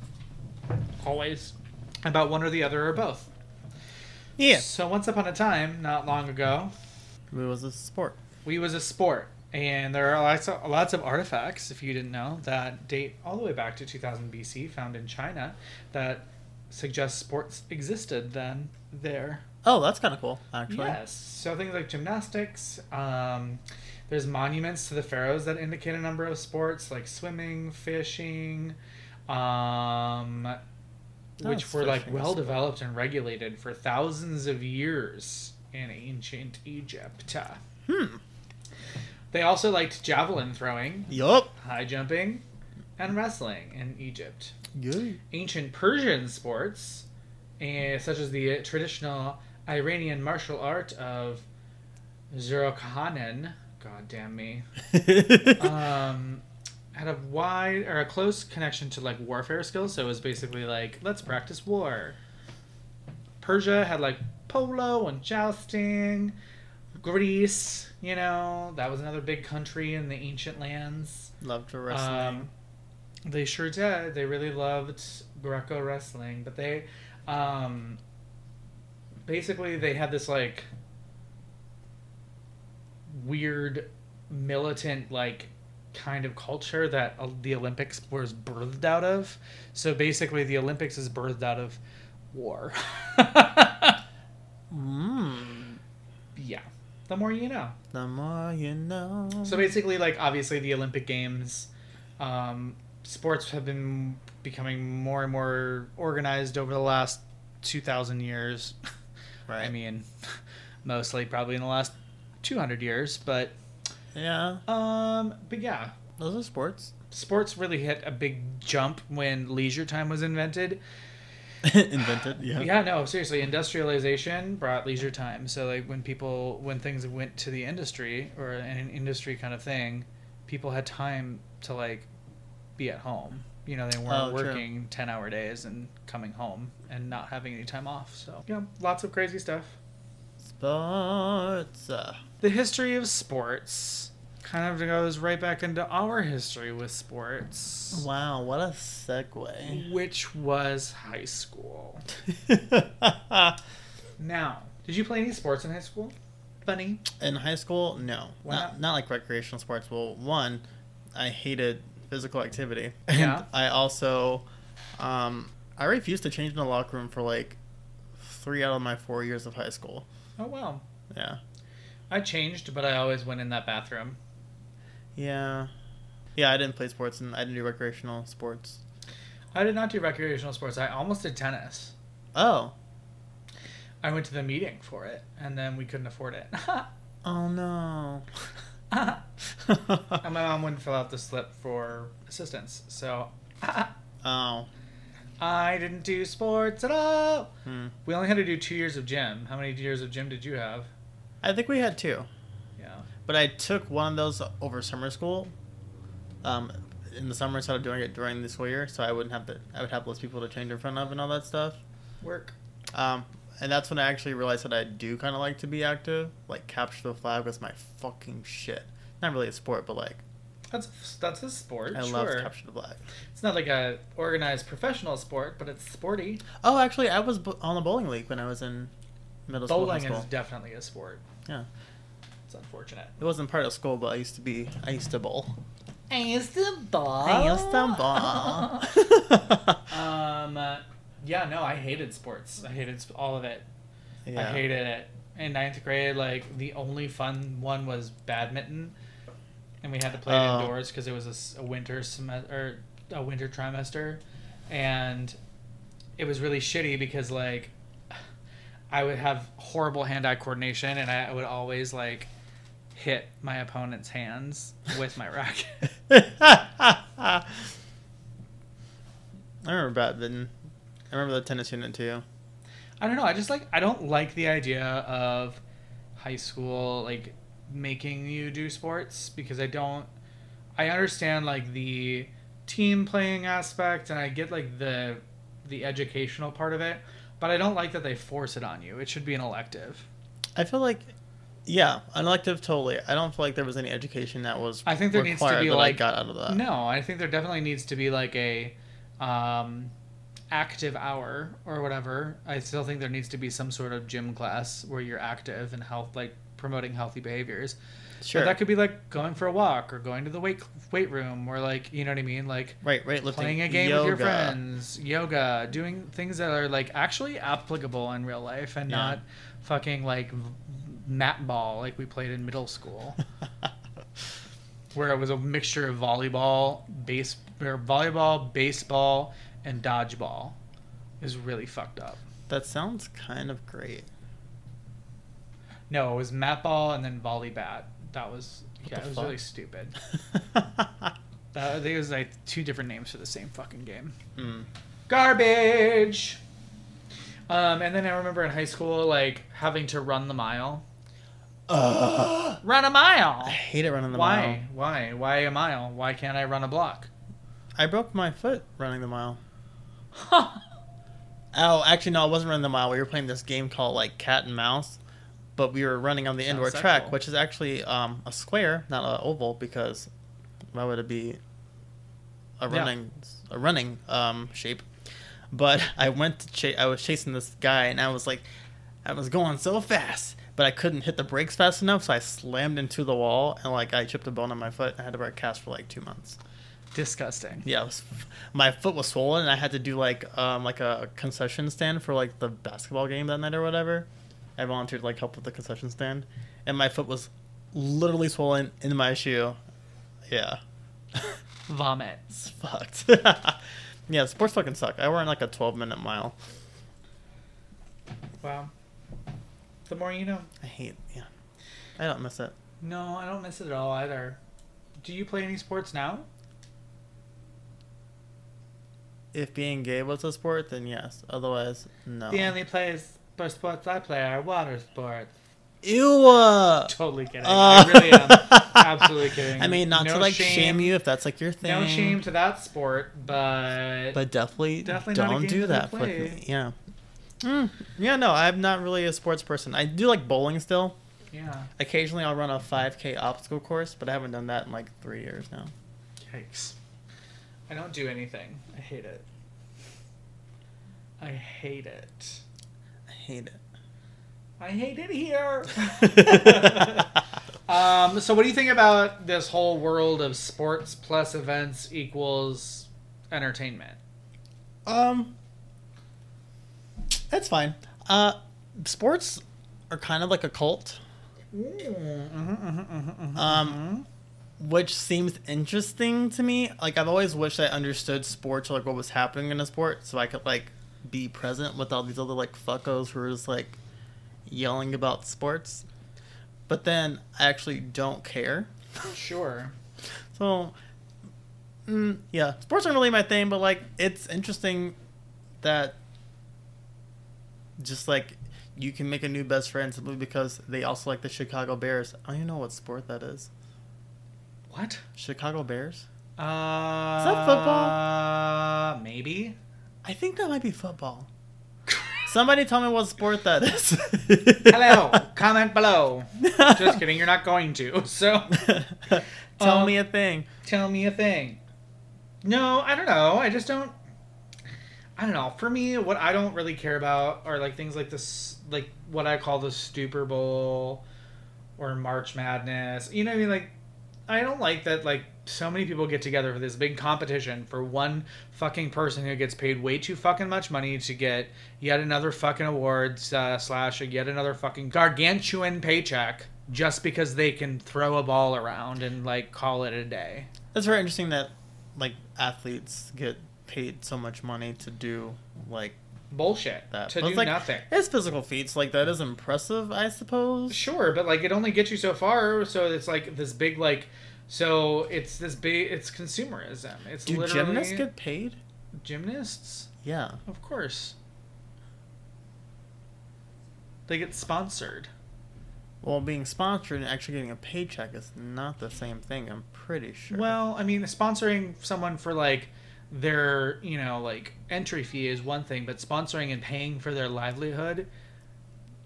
always about one or the other or both. Yeah. So once upon a time, not long ago, It was a sport. we was a sport and there are lots of, lots of artifacts if you didn't know that date all the way back to 2000 bc found in china that suggest sports existed then there Oh, that's kind of cool, actually. yes so things like gymnastics um, there's monuments to the pharaohs that indicate a number of sports like swimming fishing um, which That's were like fishing is well fun. developed and regulated for thousands of years in ancient egypt Hmm. they also liked javelin throwing, Yup. high jumping, and wrestling in Egypt. (laughs) Good. Ancient Persian sports, eh, such as the traditional Iranian martial art of Zoroastrian, god damn me, um, had a wide or a close connection to like warfare skills. So it was basically like let's practice war. Persia had like polo and jousting. Greece, you know, that was another big country in the ancient lands. Love to wrestling. Um, they sure did. They really loved Greco wrestling, but they, um, basically they had this like weird militant like kind of culture that uh, the Olympics was birthed out of. So basically, the Olympics is birthed out of war. (laughs) mm, yeah, the more you know. the more you know. So basically, like obviously the Olympic Games, um, sports have been becoming more and more organized over the last two thousand years. right. I mean, (laughs) mostly probably in the last two hundred years, but yeah, um, but yeah, those are sports. sports really hit a big jump when leisure time was invented. (laughs) Invented. Yeah. Yeah, no, seriously, industrialization brought leisure time. So like when people when things went to the industry or an industry kind of thing, people had time to like be at home. You know, they Oh, weren't true. working 10-hour days and coming home and not having any time off. So, yeah, lots of crazy stuff. Sports. Uh, The history of sports kind of goes right back into our history with sports, wow, what a (laughs) segue. which was high school. (laughs) Now, did you play any sports in high school? Funny. In high school, no, Why not, not? not like recreational sports. Well, one, I hated physical activity, and Yeah. I also, um, I refused to change in the locker room for like three out of my four years of high school. Oh, well. Yeah, I changed, but I always went in that bathroom. yeah, yeah. I didn't play sports, and I didn't do recreational sports. I did not do recreational sports. I almost did tennis. Oh, I went to the meeting for it, and then we couldn't afford it. (laughs) oh no. (laughs) and my mom wouldn't fill out the slip for assistance, so (laughs) oh, I didn't do sports at all. hmm. We only had to do two years of gym. How many years of gym did you have? I think we had two. Yeah. But I took one of those over summer school. Um, in the summer, instead of doing it during the school year, so I wouldn't have to. I would have less people to change in front of and all that stuff. Work. Um, and that's when I actually realized that I do kind of like to be active. Like capture the flag was my fucking shit. Not really a sport, but like That's that's a sport. I sure. love capture the flag. It's not like a organized professional sport, but it's sporty. Oh, actually, I was bo- on the bowling league when I was in middle school. high Bowling school. is definitely a sport. Yeah. It's unfortunate. It wasn't part of school, but I used to be. I used to bowl. I used to ball. I used Ah. to bowl. (laughs) (laughs) Um, uh, yeah, no, I hated sports. I hated sp- all of it. I yeah. hated it. In ninth grade, like the only fun one was badminton, and we had to play it Oh. indoors because it was a s- a, winter semester or a winter trimester, and it was really shitty because like I would have horrible hand-eye coordination, and I would always like hit my opponent's hands with my (laughs) racket. I remember badminton. I remember the tennis unit too. I don't know. I just like I don't like the idea of high school like making you do sports because I don't. I understand like the team playing aspect and I get like the the educational part of it, but I don't like that they force it on you. It should be an elective. I feel like, yeah, elective totally. I don't feel like there was any education that was. I think there needs to required be, that I like, got out of that. No, I think there definitely needs to be like a um, active hour or whatever. I still think there needs to be some sort of gym class where you're active and health, like promoting healthy behaviors. sure. But that could be like going for a walk or going to the weight weight room or like you know what I mean, like right, right. Lifting, playing a game yoga. with your friends, yoga, doing things that are like actually applicable in real life and Yeah. not fucking like v- mat ball like we played in middle (laughs) school, where it was a mixture of volleyball, base or volleyball, baseball, and dodgeball. Is really fucked up. (laughs) That sounds kind of great. (laughs) No, it was mat ball and then volley bat. That was yeah, the it was fuck? really stupid. That, Uh, I think it was like two different names for the same fucking game. Mm. Garbage. Um, and then I remember in high school, like having to run the mile. Run a mile. I hate it running the mile. Why? Why? Why a mile? Why can't I run a block? I broke my foot running the (laughs) mile. Oh, actually, no, I wasn't running the mile. We were playing this game called like cat and mouse, but we were running on the Sounds indoor sexual. track, which is actually um, a square, not an oval, because why would it be a Yeah. running a running um, shape? But I went to chase. I was chasing this guy, and I was like, I was going so fast, but I couldn't hit the brakes fast enough, so I slammed into the wall, and like I chipped a bone on my foot. I had to wear a cast for like two months. Disgusting. Yeah, it was, my foot was swollen, and I had to do like um like a concession stand for like the basketball game that night or whatever. I volunteered to like help with the concession stand, and my foot was literally swollen in my shoe. Yeah, Vomit. it's fucked. (laughs) yeah, sports fucking suck. I ran like a twelve minute mile. Wow. The more you know. I hate. Yeah, I don't miss it. No, I don't miss it at all either. Do you play any sports now? If being gay was a sport, then yes. Otherwise, no. The only place for sports I play are water sports. Ew. uh, Totally kidding. uh, I really am (laughs) absolutely kidding. I mean, not No to like shame. shame you if that's like your thing. No shame to that sport, but, but definitely, Definitely not a don't game do that I that with play. me. Yeah. Mm, yeah, no, I'm not really a sports person. I do like bowling still. yeah, Occasionally, I'll run a 5K obstacle course, but I haven't done that in like three years now. yikes! I don't do anything. I hate it. I hate it. I hate I hate it (laughs) here. it. (laughs) um, so, what do you think about this whole world of sports plus events equals entertainment? um, that's fine. Uh, sports are kind of like a cult. Um, which seems interesting to me. Like I've always wished I understood sports, or, like what was happening in a sport, so I could like be present with all these other like fuckos who are just like yelling about sports. But then I actually don't care. Sure. So, mm, yeah, sports aren't really my thing, but like it's interesting that just like you can make a new best friend simply because they also like the Chicago Bears. I don't even know what sport that is. What? Chicago Bears? Uh, Is that football? Uh, maybe. I think that might be (laughs) football. Somebody tell me what sport that is. (laughs) (laughs) Hello. comment below. Just kidding. You're not going to. (laughs) So. (laughs) tell Um, me a thing. tell me a thing. No, I don't know. I just don't. I don't know. For me, what I don't really care about are like things like this, like what I call the Super Bowl or March Madness. You know what I mean? Like, I don't like that. Like, so many people get together for this big competition for one fucking person who gets paid way too fucking much money to get yet another fucking awards uh, slash yet another fucking gargantuan paycheck just because they can throw a ball around and like call it a day. That's very interesting that like athletes get paid so much money to do like Bullshit. that. To But do it's like, nothing. It's physical feats. Like that is impressive, I suppose. Sure, but like it only gets you so far. So it's like this big like. So it's this big. It's consumerism. It's Do literally gymnasts get paid? gymnasts. Yeah. Of course. They get sponsored. Well, being sponsored and actually getting a paycheck is not the same thing. I'm pretty sure. Well, I mean, sponsoring someone for like their, you know, like entry fee is one thing, but sponsoring and paying for their livelihood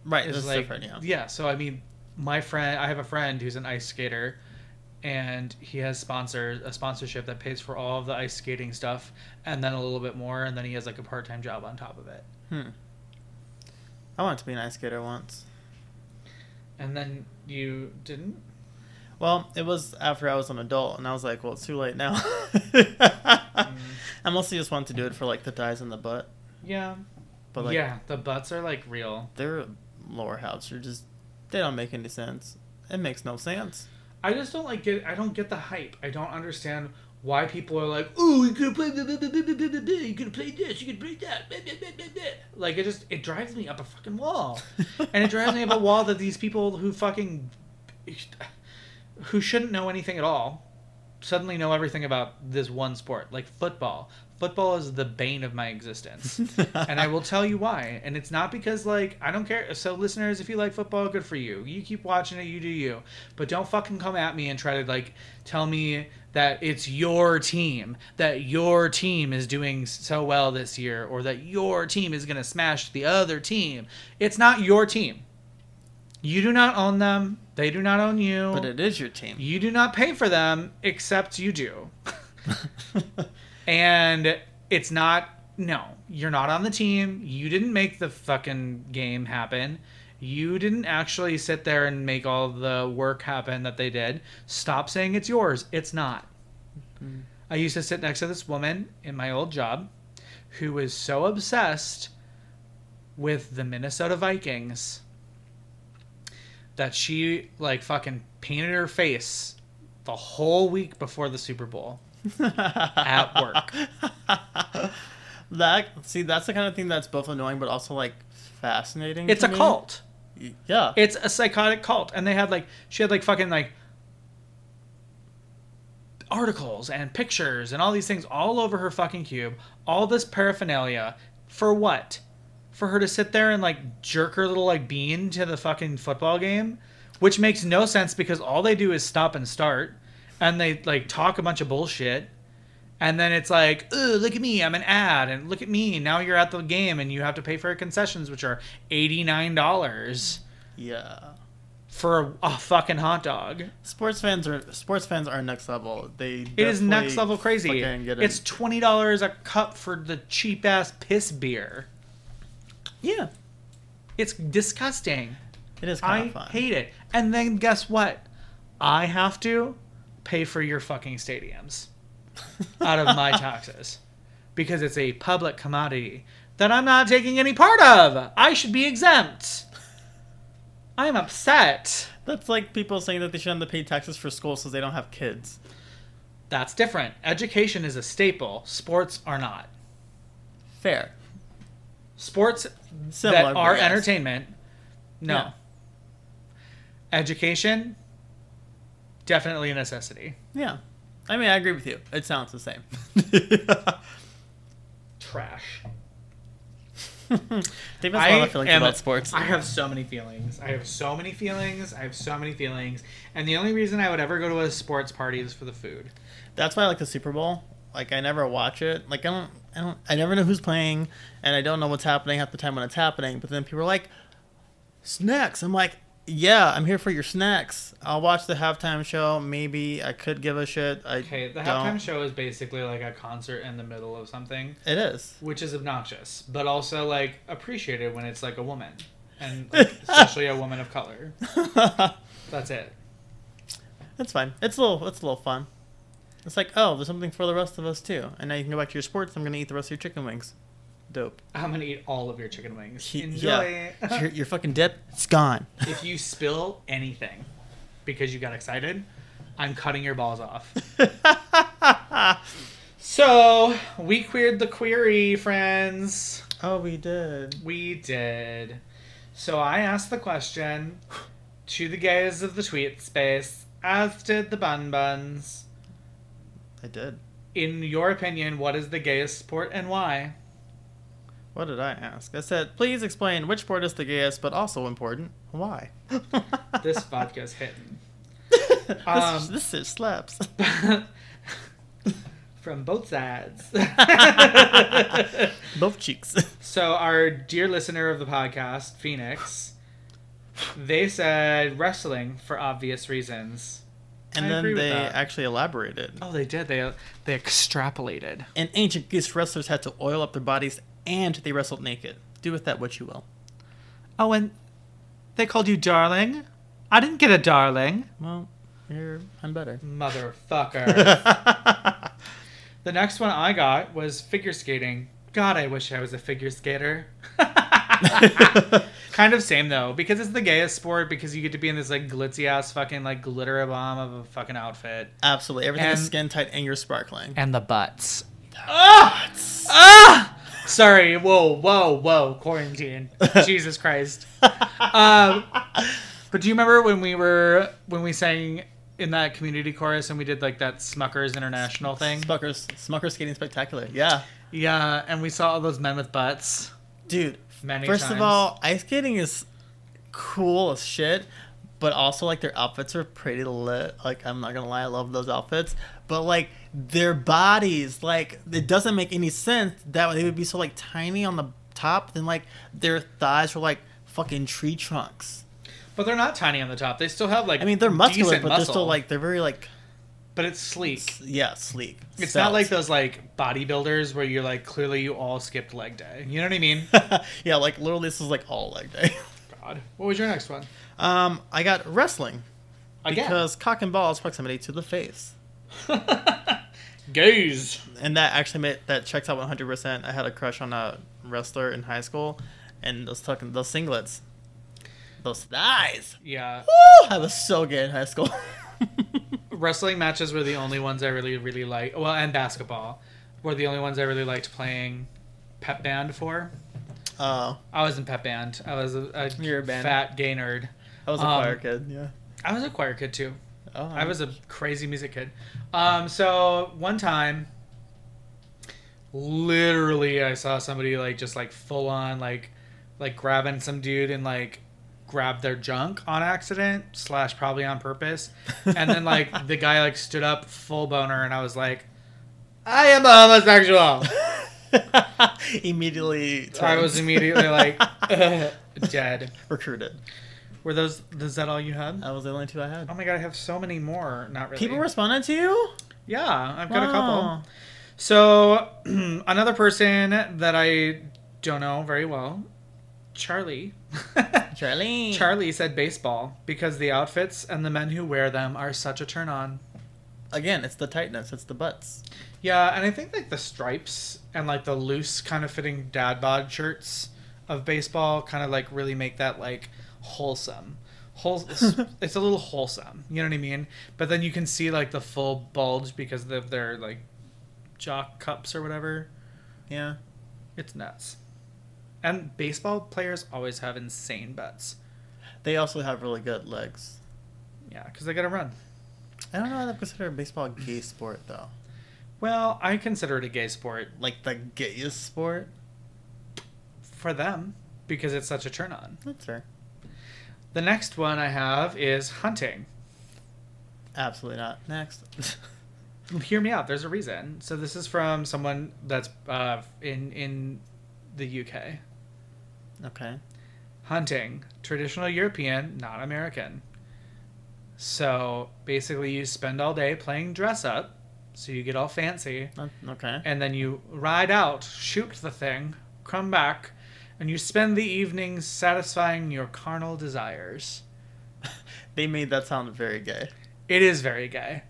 right, is that's like different. Yeah. so I mean, my friend, I have a friend who's an ice skater and he has sponsor a sponsorship that pays for all of the ice skating stuff and then a little bit more and then he has like a part-time job on top of it. Hmm. I wanted to be an ice skater once. And then you didn't Well, it was after I was an adult, and I was like, well, it's too late now. Mm. (laughs) I mostly just wanted to do it for like the dies in the butt, Yeah. but like yeah, the butts are like real. they're lower house. You're just they don't make any sense. It makes no sense. I just don't like get. I don't get the hype. I don't understand why people are like, "Oh, you could play, blah, blah, blah, blah, blah, blah, blah, blah. you could play this, you could play that." blah, blah, blah, blah, blah." Like it just it drives me up a fucking wall, and it drives me up a wall that these people who fucking who shouldn't know anything at all suddenly know everything about this one sport, like football. Football is the bane of my (laughs) existence. and I will tell you why. And it's not because like I don't care. So listeners, if you like football, good for you. You keep watching it, you do you. But don't fucking come at me and try to like tell me that it's your team, that your team is doing so well this year, or that your team is gonna smash the other team. It's not your team. You do not own them. They do not own you. But it is your team. You do not pay for them, except you do. and it's not, no, you're not on the team. You didn't make the fucking game happen. You didn't actually sit there and make all the work happen that they did. Stop saying it's yours. It's not. I used to sit next to this woman in my old job who was so obsessed with the Minnesota Vikings that she like fucking painted her face the whole week before the Super Bowl at work. That see, that's the kind of thing that's both annoying but also like fascinating. It's to a me. cult. Yeah. It's a psychotic cult, and they had like she had like fucking like articles and pictures and all these things all over her fucking cube. All this paraphernalia for what? For her to sit there and like jerk her little like bean to the fucking football game, which makes no sense because all they do is stop and start, and they like talk a bunch of bullshit. And then it's like, oh, look at me, I'm an ad, and look at me, now you're at the game, and you have to pay for your concessions, which are eighty nine dollars yeah. for a, a fucking hot dog. Sports fans are sports fans are next level. They It is next definitely level crazy. fucking get It's it. twenty dollars a cup for the cheap ass piss beer. yeah. It's disgusting. It is kind I of fun. hate it. And then guess what? I have to pay for your (laughs) fucking stadiums out of my taxes because it's a public commodity that I'm not taking any part of. I should be exempt. I'm upset. That's like people saying that they shouldn't have to pay taxes for school so they don't have kids. That's different. Education is a staple. Sports are not. Fair. Sports Similar, that but are yes. entertainment. No. Yeah. Education, definitely a necessity. Yeah. I mean, I agree with you. It sounds the (laughs) same. (laughs) Trash. Dave has a lot of feelings am- about sports. I have so many feelings. I have so many feelings. I have so many feelings. And the only reason I would ever go to a sports party is for the food. That's why I like the Super Bowl. Like I never watch it. Like I don't, I don't, I never know who's playing, and I don't know what's happening half the time when it's happening. But then people are like, snacks. I'm like, yeah, I'm here for your snacks. I'll watch the halftime show. Maybe I could give a shit. I Okay, the don't. halftime show is basically like a concert in the middle of something, It is. (laughs) which is obnoxious, but also like appreciated when it's like a woman, and (laughs) like, especially a woman of color. That's it. That's fine. It's a little it's a little fun. It's like, oh, there's something for the rest of us too. And now you can go back to your sports. I'm gonna eat the rest of your chicken wings. Dope. I'm gonna eat all of your chicken wings. He- Enjoy. Yeah. your, your fucking dip, it's (laughs) gone. if you spill anything because you got excited, I'm cutting your balls off. So we queered the query, friends. Oh, we did. We did. So I asked the question to the gays of the tweet space, as did the bun buns. I did. In your opinion, what is the gayest sport and why? What did I ask? I said, please explain which sport is the gayest, but also important. Why? (laughs) This vodka's hitting. this, um, this shit slaps. (laughs) From both sides. Both cheeks. so our dear listener of the podcast, Phoenix, they said wrestling for obvious reasons. And I agree then with they that. actually elaborated. Oh, they did. They they extrapolated. And ancient Greece wrestlers had to oil up their bodies and they wrestled naked. Do with that what you will. Oh, and they called you darling. I didn't get a darling. Well, you're, I'm (laughs) better. Motherfucker. the next one I got was figure skating. God, I wish I was a figure skater. Ah. kind of same though, because it's the gayest sport because you get to be in this like glitzy ass fucking like glitter bomb of a fucking outfit. Absolutely. Everything is And- skin tight and you're sparkling. And the butts. Ah! Ah! Sorry, whoa, whoa, whoa, (laughs) quarantine. Jesus Christ. Um, but do you remember when we were when we sang in that community chorus and we did like that Smuckers International thing? Smuckers, Smuckers skating spectacular. Yeah. Yeah, and we saw all those men with butts. Dude, Many first of times. all, ice skating is cool as shit, but also like their outfits are pretty lit. Like I'm not gonna lie, I love those outfits. But like their bodies, like it doesn't make any sense that they would be so like tiny on the top, then like their thighs were like fucking tree trunks. But they're not tiny on the top. They still have like I mean, they're muscular, decent but they're muscle, still like they're very like but it's sleek. s- yeah sleek. It's not like Svelte. those like bodybuilders where you're like clearly you all skipped leg day. You know what (laughs) I mean? yeah, like literally this is like all leg day. (laughs) God. What was your next one? Um, I got wrestling Again. because cock and ball is proximity to the face. Gays. and that actually made that checks out 100% i had a crush on a wrestler in high school and those fucking those singlets those thighs Yeah. Woo! i was so gay in high school (laughs) Wrestling matches were the only ones I really, really liked. Well, and basketball were the only ones I really liked playing pep band for. oh I was in pep band. I was a, a, You're a band. fat gay nerd. i was a Um, choir kid yeah I was a choir kid too. oh, I was a crazy music kid. Um, so one time, literally, I saw somebody like just like full on like like grabbing some dude and like grab their junk on accident slash probably on purpose, and then like the guy like stood up full boner, and I was like, I am a homosexual. (laughs) immediately I was turned. immediately like (laughs) dead. recruited Were those? Is that all you had? that was the only two i had Oh my god, I have so many more. Not really. people responded to you Yeah, I've got Wow. a couple. So (clears throat) another person that I don't know very well, Charlie. (laughs) charlie Charlie said baseball because the outfits and the men who wear them are such a turn on. again it's the tightness it's the butts Yeah, and I think like the stripes and like the loose kind of fitting dad bod shirts of baseball kind of like really make that like wholesome. Whole, it's, it's a little wholesome, you know what I mean? But then you can see like the full bulge because of their like jock cups or whatever. yeah It's nuts. And baseball players always have insane butts. they also have really good legs Yeah, because they gotta run. i don't know how to consider baseball a gay sport though Well, I consider it a gay sport like the gayest sport for them because it's such a turn on. that's fair The next one I have is hunting. Absolutely not. Next. (laughs) Hear me out. There's a reason. So this is from someone that's uh, in in the UK. okay. Hunting, traditional European, not American. So basically, you spend all day playing dress up, so you get all fancy, Not- Okay. and then you ride out, shoot the thing, come back, and you spend the evening satisfying your carnal desires. They made that sound very gay. It is very gay.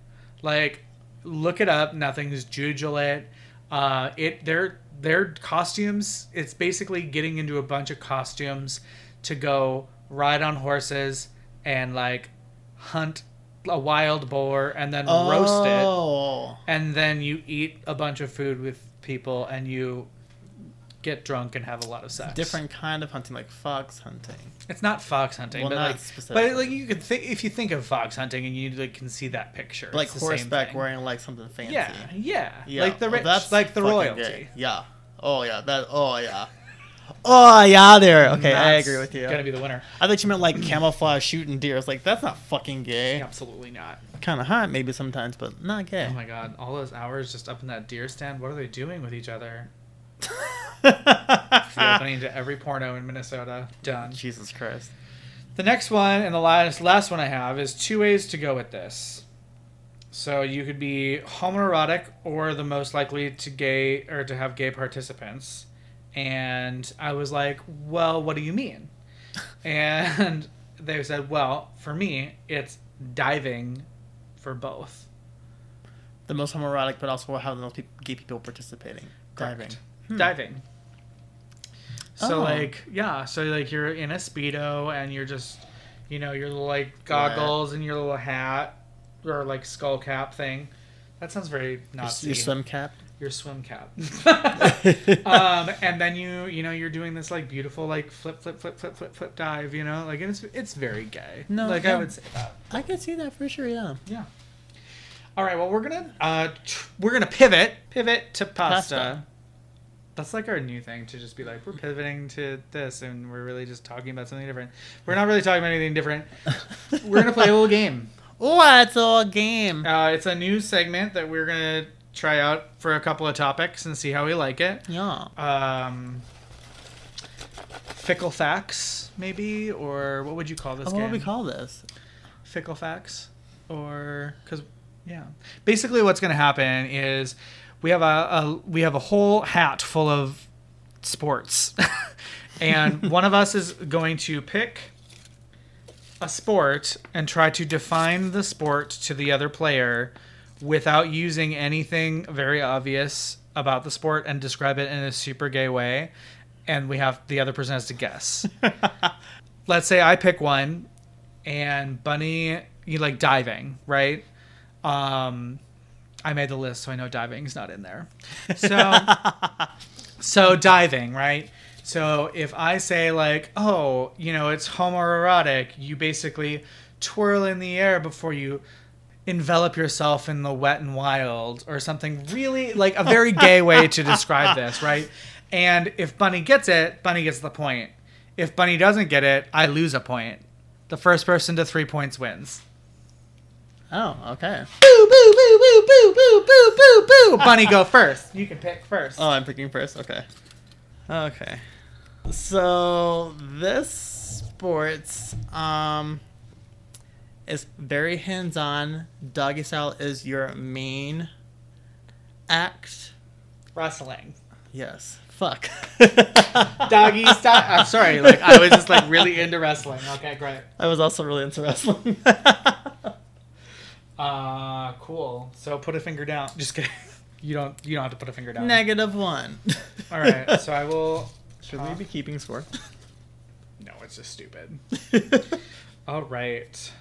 Like, look it up. Nothing's jugulant. Uh, it their their costumes. It's basically getting into a bunch of costumes to go ride on horses and like hunt a wild boar and then roast it, oh. and then you eat a bunch of food with people and you get drunk and have a lot of sex. Different kind of hunting, like fox hunting. It's not fox hunting, Well, but not like, specifically. but like you could think if you think of fox hunting and you like can see that picture, Like it's the same horseback thing. wearing like something fancy. Yeah, yeah, Yeah, like the oh, rich, that's like the fucking royalty. gay. Yeah. Oh yeah. That. Oh yeah. Oh yeah. There. Okay, I That's agree with you. Gonna be the winner. I thought you meant like camouflage shooting deer. It's like that's not fucking gay. Absolutely not. Kind of hot maybe sometimes, but not gay. (laughs) Oh my god, all those hours just up in that deer stand. What are they doing with each other? Ah. The opening to every porno in Minnesota. Done. Jesus Christ. The next one and the last last one I have is two ways to go with this. So you could be homoerotic or the most likely to gay or to have gay participants. And I was like, "Well, what do you mean?" and they said, "Well, for me, it's diving for both." The most homoerotic, but also will have the most peop gay people participating. Correct. Diving. diving. So Hmm. Oh. like yeah, so like you're in a speedo and you're just, you know, your little like goggles and your little hat or like skull cap thing. That sounds very Your, Nazi. your swim (laughs) cap. Your (laughs) swim cap. um, and then you you know you're doing this like beautiful like flip flip flip flip flip flip dive. You know like and it's it's very gay. No, like yeah. I would say that. (laughs) I can see that for sure. Yeah. Yeah. All right. Well, we're gonna uh, tr- we're gonna pivot pivot to pasta. Pasta. That's like our new thing to just be like we're pivoting to this, and we're really just talking about something different. We're not really talking about (laughs) anything different. We're gonna play a little game. What's Oh, a game? Uh, it's a new segment that we're gonna try out for a couple of topics and see how we like it. Yeah. Um, fickle facts, maybe, or what would you call this Oh, game? what would we call this? fickle facts or because yeah basically what's going to happen is we have a, a we have a whole hat full of sports (laughs) and one of us is going to pick a sport and try to define the sport to the other player without using anything very obvious about the sport and describe it in a super gay way and we have the other person has to guess let's say i pick one and bunny you like diving right um i made the list so i know diving's not in there so so diving right so if i say like oh you know it's homoerotic you basically twirl in the air before you envelop yourself in the wet and wild or something really like a very gay way to describe this right and if bunny gets it bunny gets the point if bunny doesn't get it i lose a point the first person to three points wins Oh, okay. boo boo boo boo boo boo boo boo boo bunny go first you can pick (laughs) first Oh, I'm picking first. Okay. Okay. So this sports um is very hands-on. Doggy style is your main act. wrestling Yes. (laughs) Fuck. doggy style. I'm sorry, like I was just like really into wrestling. Okay, great. I was also really into (laughs) wrestling. Uh, cool. So put a finger down. Just kidding. You don't. You don't have to put a finger down. Negative (laughs) one. All right. So I will. Should we be keeping score? No, it's just stupid. All right.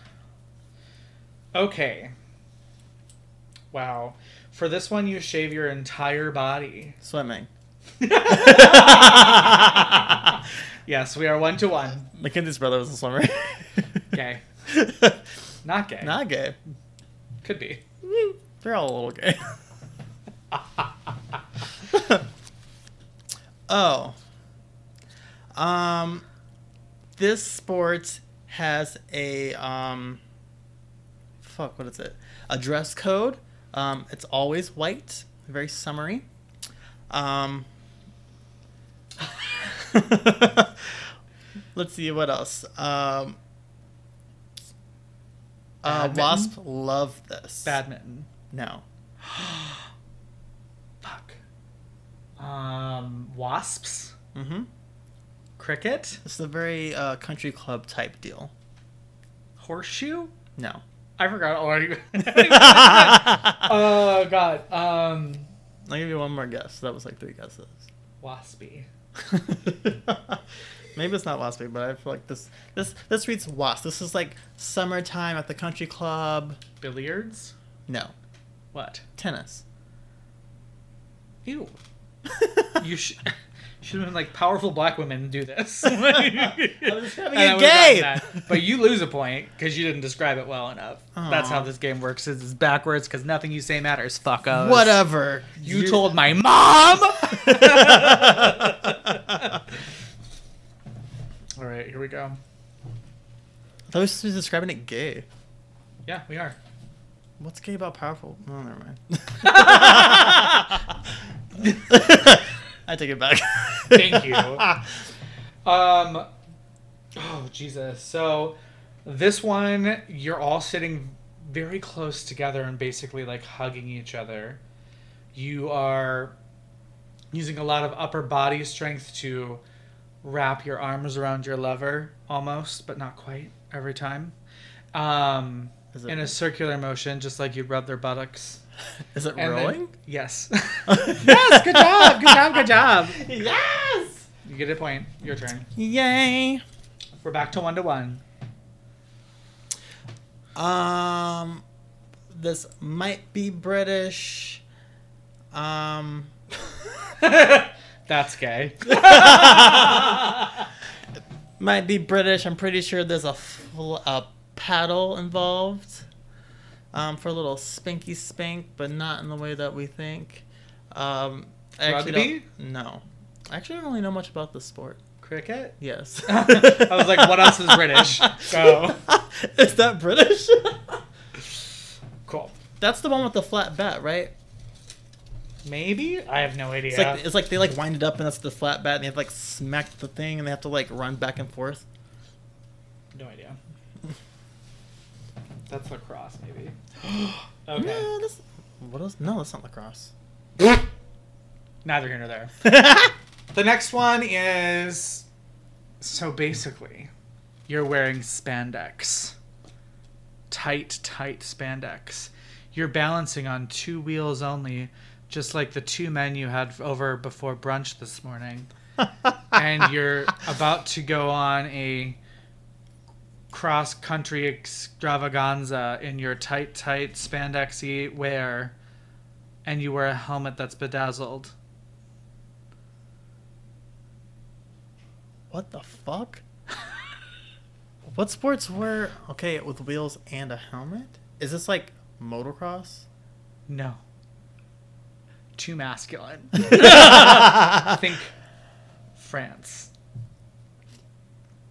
Okay. Wow. For this one, you shave your entire body. Swimming. Yes, we are one to one. Mackenzie's brother was a (laughs) swimmer. Gay. Not gay. (laughs) Not gay. Could be. They're all a little gay. (laughs) oh. Um this sport has a um fuck, what is it? A dress code. Um it's always white, very summery. Um (laughs) Let's see what else. Um uh, Badminton? Wasp love this. Badminton. No. Fuck. Um, wasps. Mm-hmm. Cricket? It's a very uh, country club type deal. Horseshoe? (laughs) No. I forgot already. I'll (laughs) oh god. Um give you one more guess. That was like three guesses. waspy. (laughs) Maybe it's not Wasp Week, but I feel like this this this reads Wasp. This is like summertime at the country club. Billiards? No, What? (laughs) tennis. Ew. You (laughs) should should have been like powerful black women do (laughs) this. (laughs) I was describing And a I would've gotten game. that. But you lose a point because you didn't describe it well enough. That's Aw. how this game works. Is it's backwards because nothing you say matters. Fuck us. Whatever. You told my mom. (laughs) All right, here we go. I was just describing it gay. Yeah, we are. What's gay about powerful? Oh, never (laughs) mind. (laughs) I take it back. Thank you. (laughs) Um, oh Jesus! So this one, you're all sitting very close together and basically like hugging each other. You are using a lot of upper body strength to wrap your arms around your lover, almost, but not quite every time. Um, Is it, in a circular motion, just like you'd rub their buttocks. is it And then- rolling? yes. (laughs) yes. Good job. Good job. Good job. yes! You get a point. Your turn. Yay! We're back to one to one. (laughs) Um, this might be British. Um, That's gay. might be British. I'm pretty sure there's a, fl- a paddle involved. Um, for a little spinky spank, but not in the way that we think. Um, I actually Rugby? don't- no, I actually don't really know much about this sport. Cricket? Yes. (laughs) I was like, what else is (laughs) British? So is that British? (laughs) cool. That's the one with the flat bat, right? Maybe? I have no idea. It's like it's like they like wind it up and that's the flat bat and they have to like smack the thing and they have to like run back and forth. no idea. That's lacrosse, maybe. (gasps) okay. No, that's what else? No, that's not lacrosse. Neither here nor there. (laughs) Wait, The next one is so basically, you're wearing spandex. Tight, tight spandex. You're balancing on two wheels only, just like the two men you had over before brunch this (laughs) morning. and you're about to go on a cross country extravaganza in your tight, tight spandexy wear, and you wear a helmet that's bedazzled. what the fuck? what sports were okay with wheels and a helmet? Is this like motocross? No. (laughs) Too masculine. I Think think France.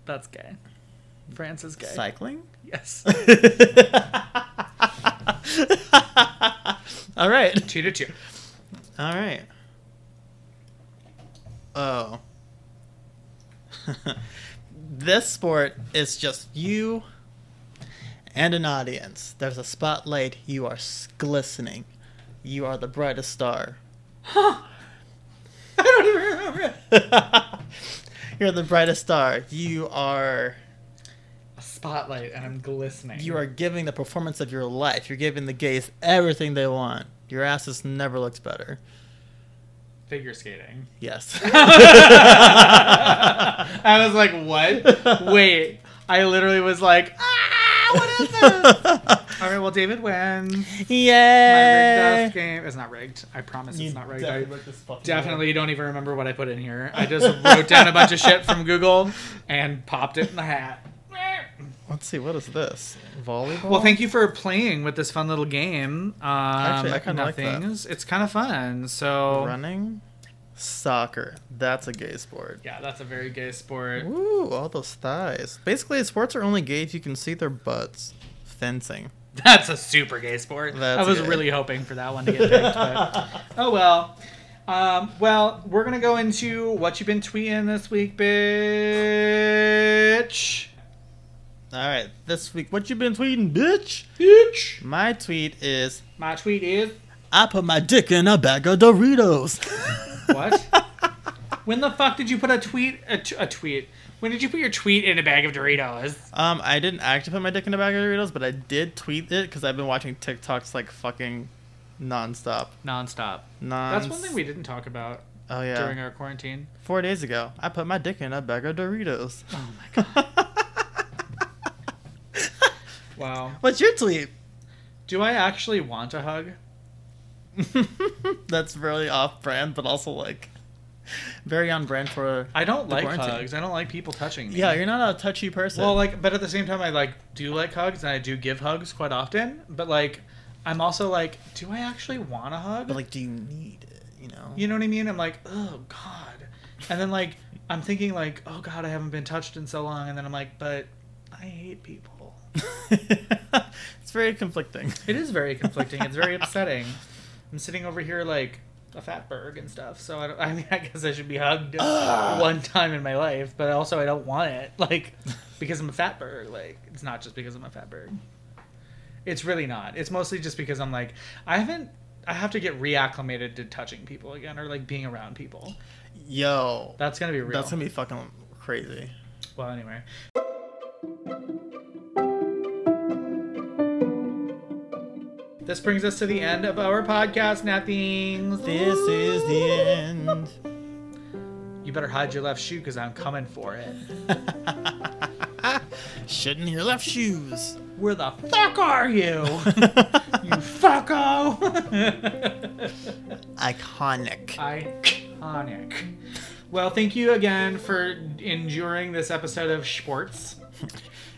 That's gay. France is gay. cycling. (laughs) Yes. All right. two (laughs) to two. All right. Oh. (laughs) this sport is just you and an audience. There's a spotlight. You are s- glistening. You are the brightest star. (laughs) I don't even remember it. You're the brightest star. You are A spotlight and I'm glistening. you are giving the performance of your life. You're giving the gays everything they want. Your ass has never looked better. figure (laughs) skating. Yes. I was like, what? Wait. I literally was like, ah, what is (laughs) this? All right, well, David wins. My rigged Yay! off game. It's not rigged. I promise You it's not rigged. I- definitely looked this fucking up. Definitely don't even remember what I put in here. I just wrote down a bunch of shit from Google and popped it in the hat. Let's see, what is this? Volleyball? Well, thank you for playing with this fun little game. Um, Actually, I kinda like that. nothing's. It's kind of fun. So Running? Soccer. That's a gay sport. yeah, that's a very gay sport. Ooh, all those thighs. Basically, sports are only gay if you can see their butts. (laughs) Fencing. That's a super gay sport. That's I was gay. really hoping for that one to get (laughs) picked, but oh well. Um, well, we're gonna go into what you've been tweeting this week, bitch. Alright, this week, what you been tweeting, bitch? Bitch. My tweet is My tweet is I put my dick in a bag of Doritos. (laughs) Um, What? when the fuck did you put a tweet a, t- a tweet? When did you put your tweet in a bag of Doritos? Um, I didn't actually put my dick in a bag of Doritos, but I did tweet it because I've been watching TikToks like fucking nonstop. Nonstop. Non. That's one thing we didn't talk about. Oh yeah. during our quarantine. Four days ago, I put my dick in a bag of Doritos. Oh (laughs) my god. Wow. What's your tweet? (laughs) Do I actually want a hug? That's really off brand, but also like very on brand for. I don't The like quarantine. hugs. I don't like people touching me. Yeah, you're not a touchy person. Well, like, but at the same time, I like do like hugs, and I do give hugs quite often. But like, I'm also like, do I actually want a hug? but like, do you need it? You know. you know what I mean? I'm like, oh god. And then like, I'm thinking like, oh god, I haven't been touched in so long. And then I'm like, but I hate people. (laughs) it's very conflicting. It is very conflicting. it's very upsetting. I'm sitting over here like a fatberg and stuff. So I, don't, I mean, I guess I should be hugged one time in my life, but also I don't want it (laughs) like because I'm a fatberg. Like it's not just because I'm a fatberg. It's really not. It's mostly just because I'm like I haven't. I have to get reacclimated to touching people again or like being around people. Yo, That's gonna be real. that's gonna be fucking crazy. Well, anyway. This brings us to the end of our podcast, Nothings. This is the end. You better hide your left shoe because I'm coming for it. Shouldn't your left shoes. Where the fuck are (laughs) you? you fucko! (laughs) Iconic. Iconic. Well, thank you again for enduring this episode of Sports.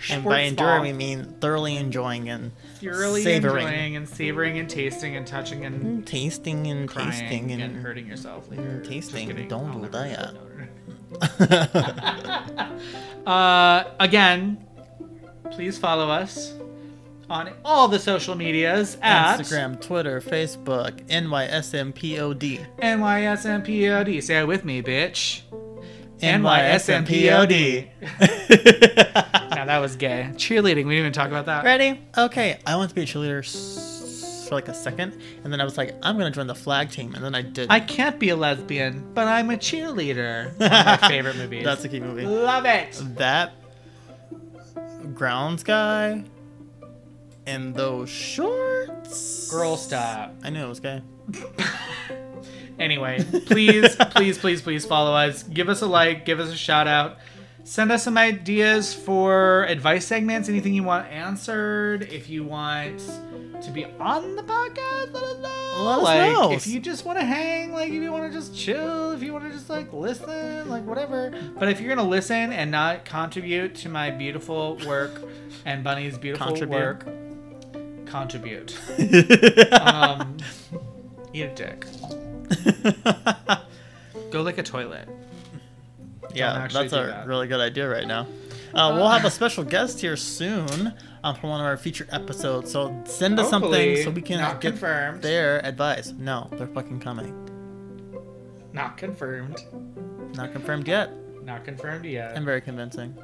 and by enduring, we mean. mean thoroughly enjoying and thoroughly savoring. enjoying and savoring and tasting and touching and tasting and crying tasting and, and hurting yourself later. Just tasting. kidding. Don't I'll do never that. no, no, (laughs) no. uh, again, please follow us on all the social medias at Instagram, Twitter, Facebook, NYSMPOD. NYSMPOD. Say it with me, bitch. NYSMPOD. now that was gay. Cheerleading. We didn't even talk about that. (laughs) Ready? Okay, I want to be a cheerleader s- for like a second, and then I was like, I'm gonna join the flag team, and then I did. (laughs) I can't be a lesbian, but I'm a cheerleader. One (laughs) of my favorite movies. That's a key movie. Love it. That grounds guy and those shorts. Girl, stop. I knew it was gay. Anyway, please, please, please, please follow us. Give us a like. Give us a shout out. Send us some ideas for advice segments. Anything you want answered. If you want to be on the podcast, let us know. Let us like, know. if you just want to hang, like, if you want to just chill, if you want to just like listen, like whatever. But if you're gonna listen and not contribute to my beautiful work and Bunny's beautiful Contribute. work, (laughs) contribute. Um, eat a dick. Go lick a toilet. (laughs) yeah, actually that's do a that. really good idea right now. Uh, we'll have a special guest here soon um, for one of our future episodes. So send us Hopefully, something so we can not get confirmed. their advice. No, they're fucking coming. Not confirmed. Not confirmed yet. Not confirmed yet. I'm very convincing.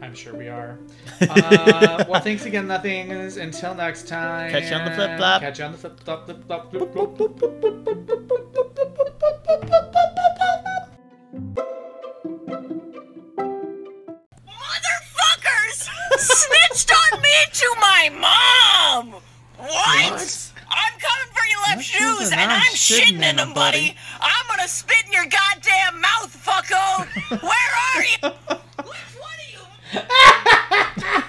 I'm sure we (laughs) are. Uh, well, thanks again, nothings. Until next time. Catch you on the flip-flop. Catch you on the flip flop. Flip flop. Flip flop. Motherfuckers snitched on me to my mom. What? What? I'm coming for your left Left shoes shoes, are and not I'm shitting in them, buddy. I'm gonna spit in your (laughs) goddamn mouth, fucko. Where are you? Which one of you?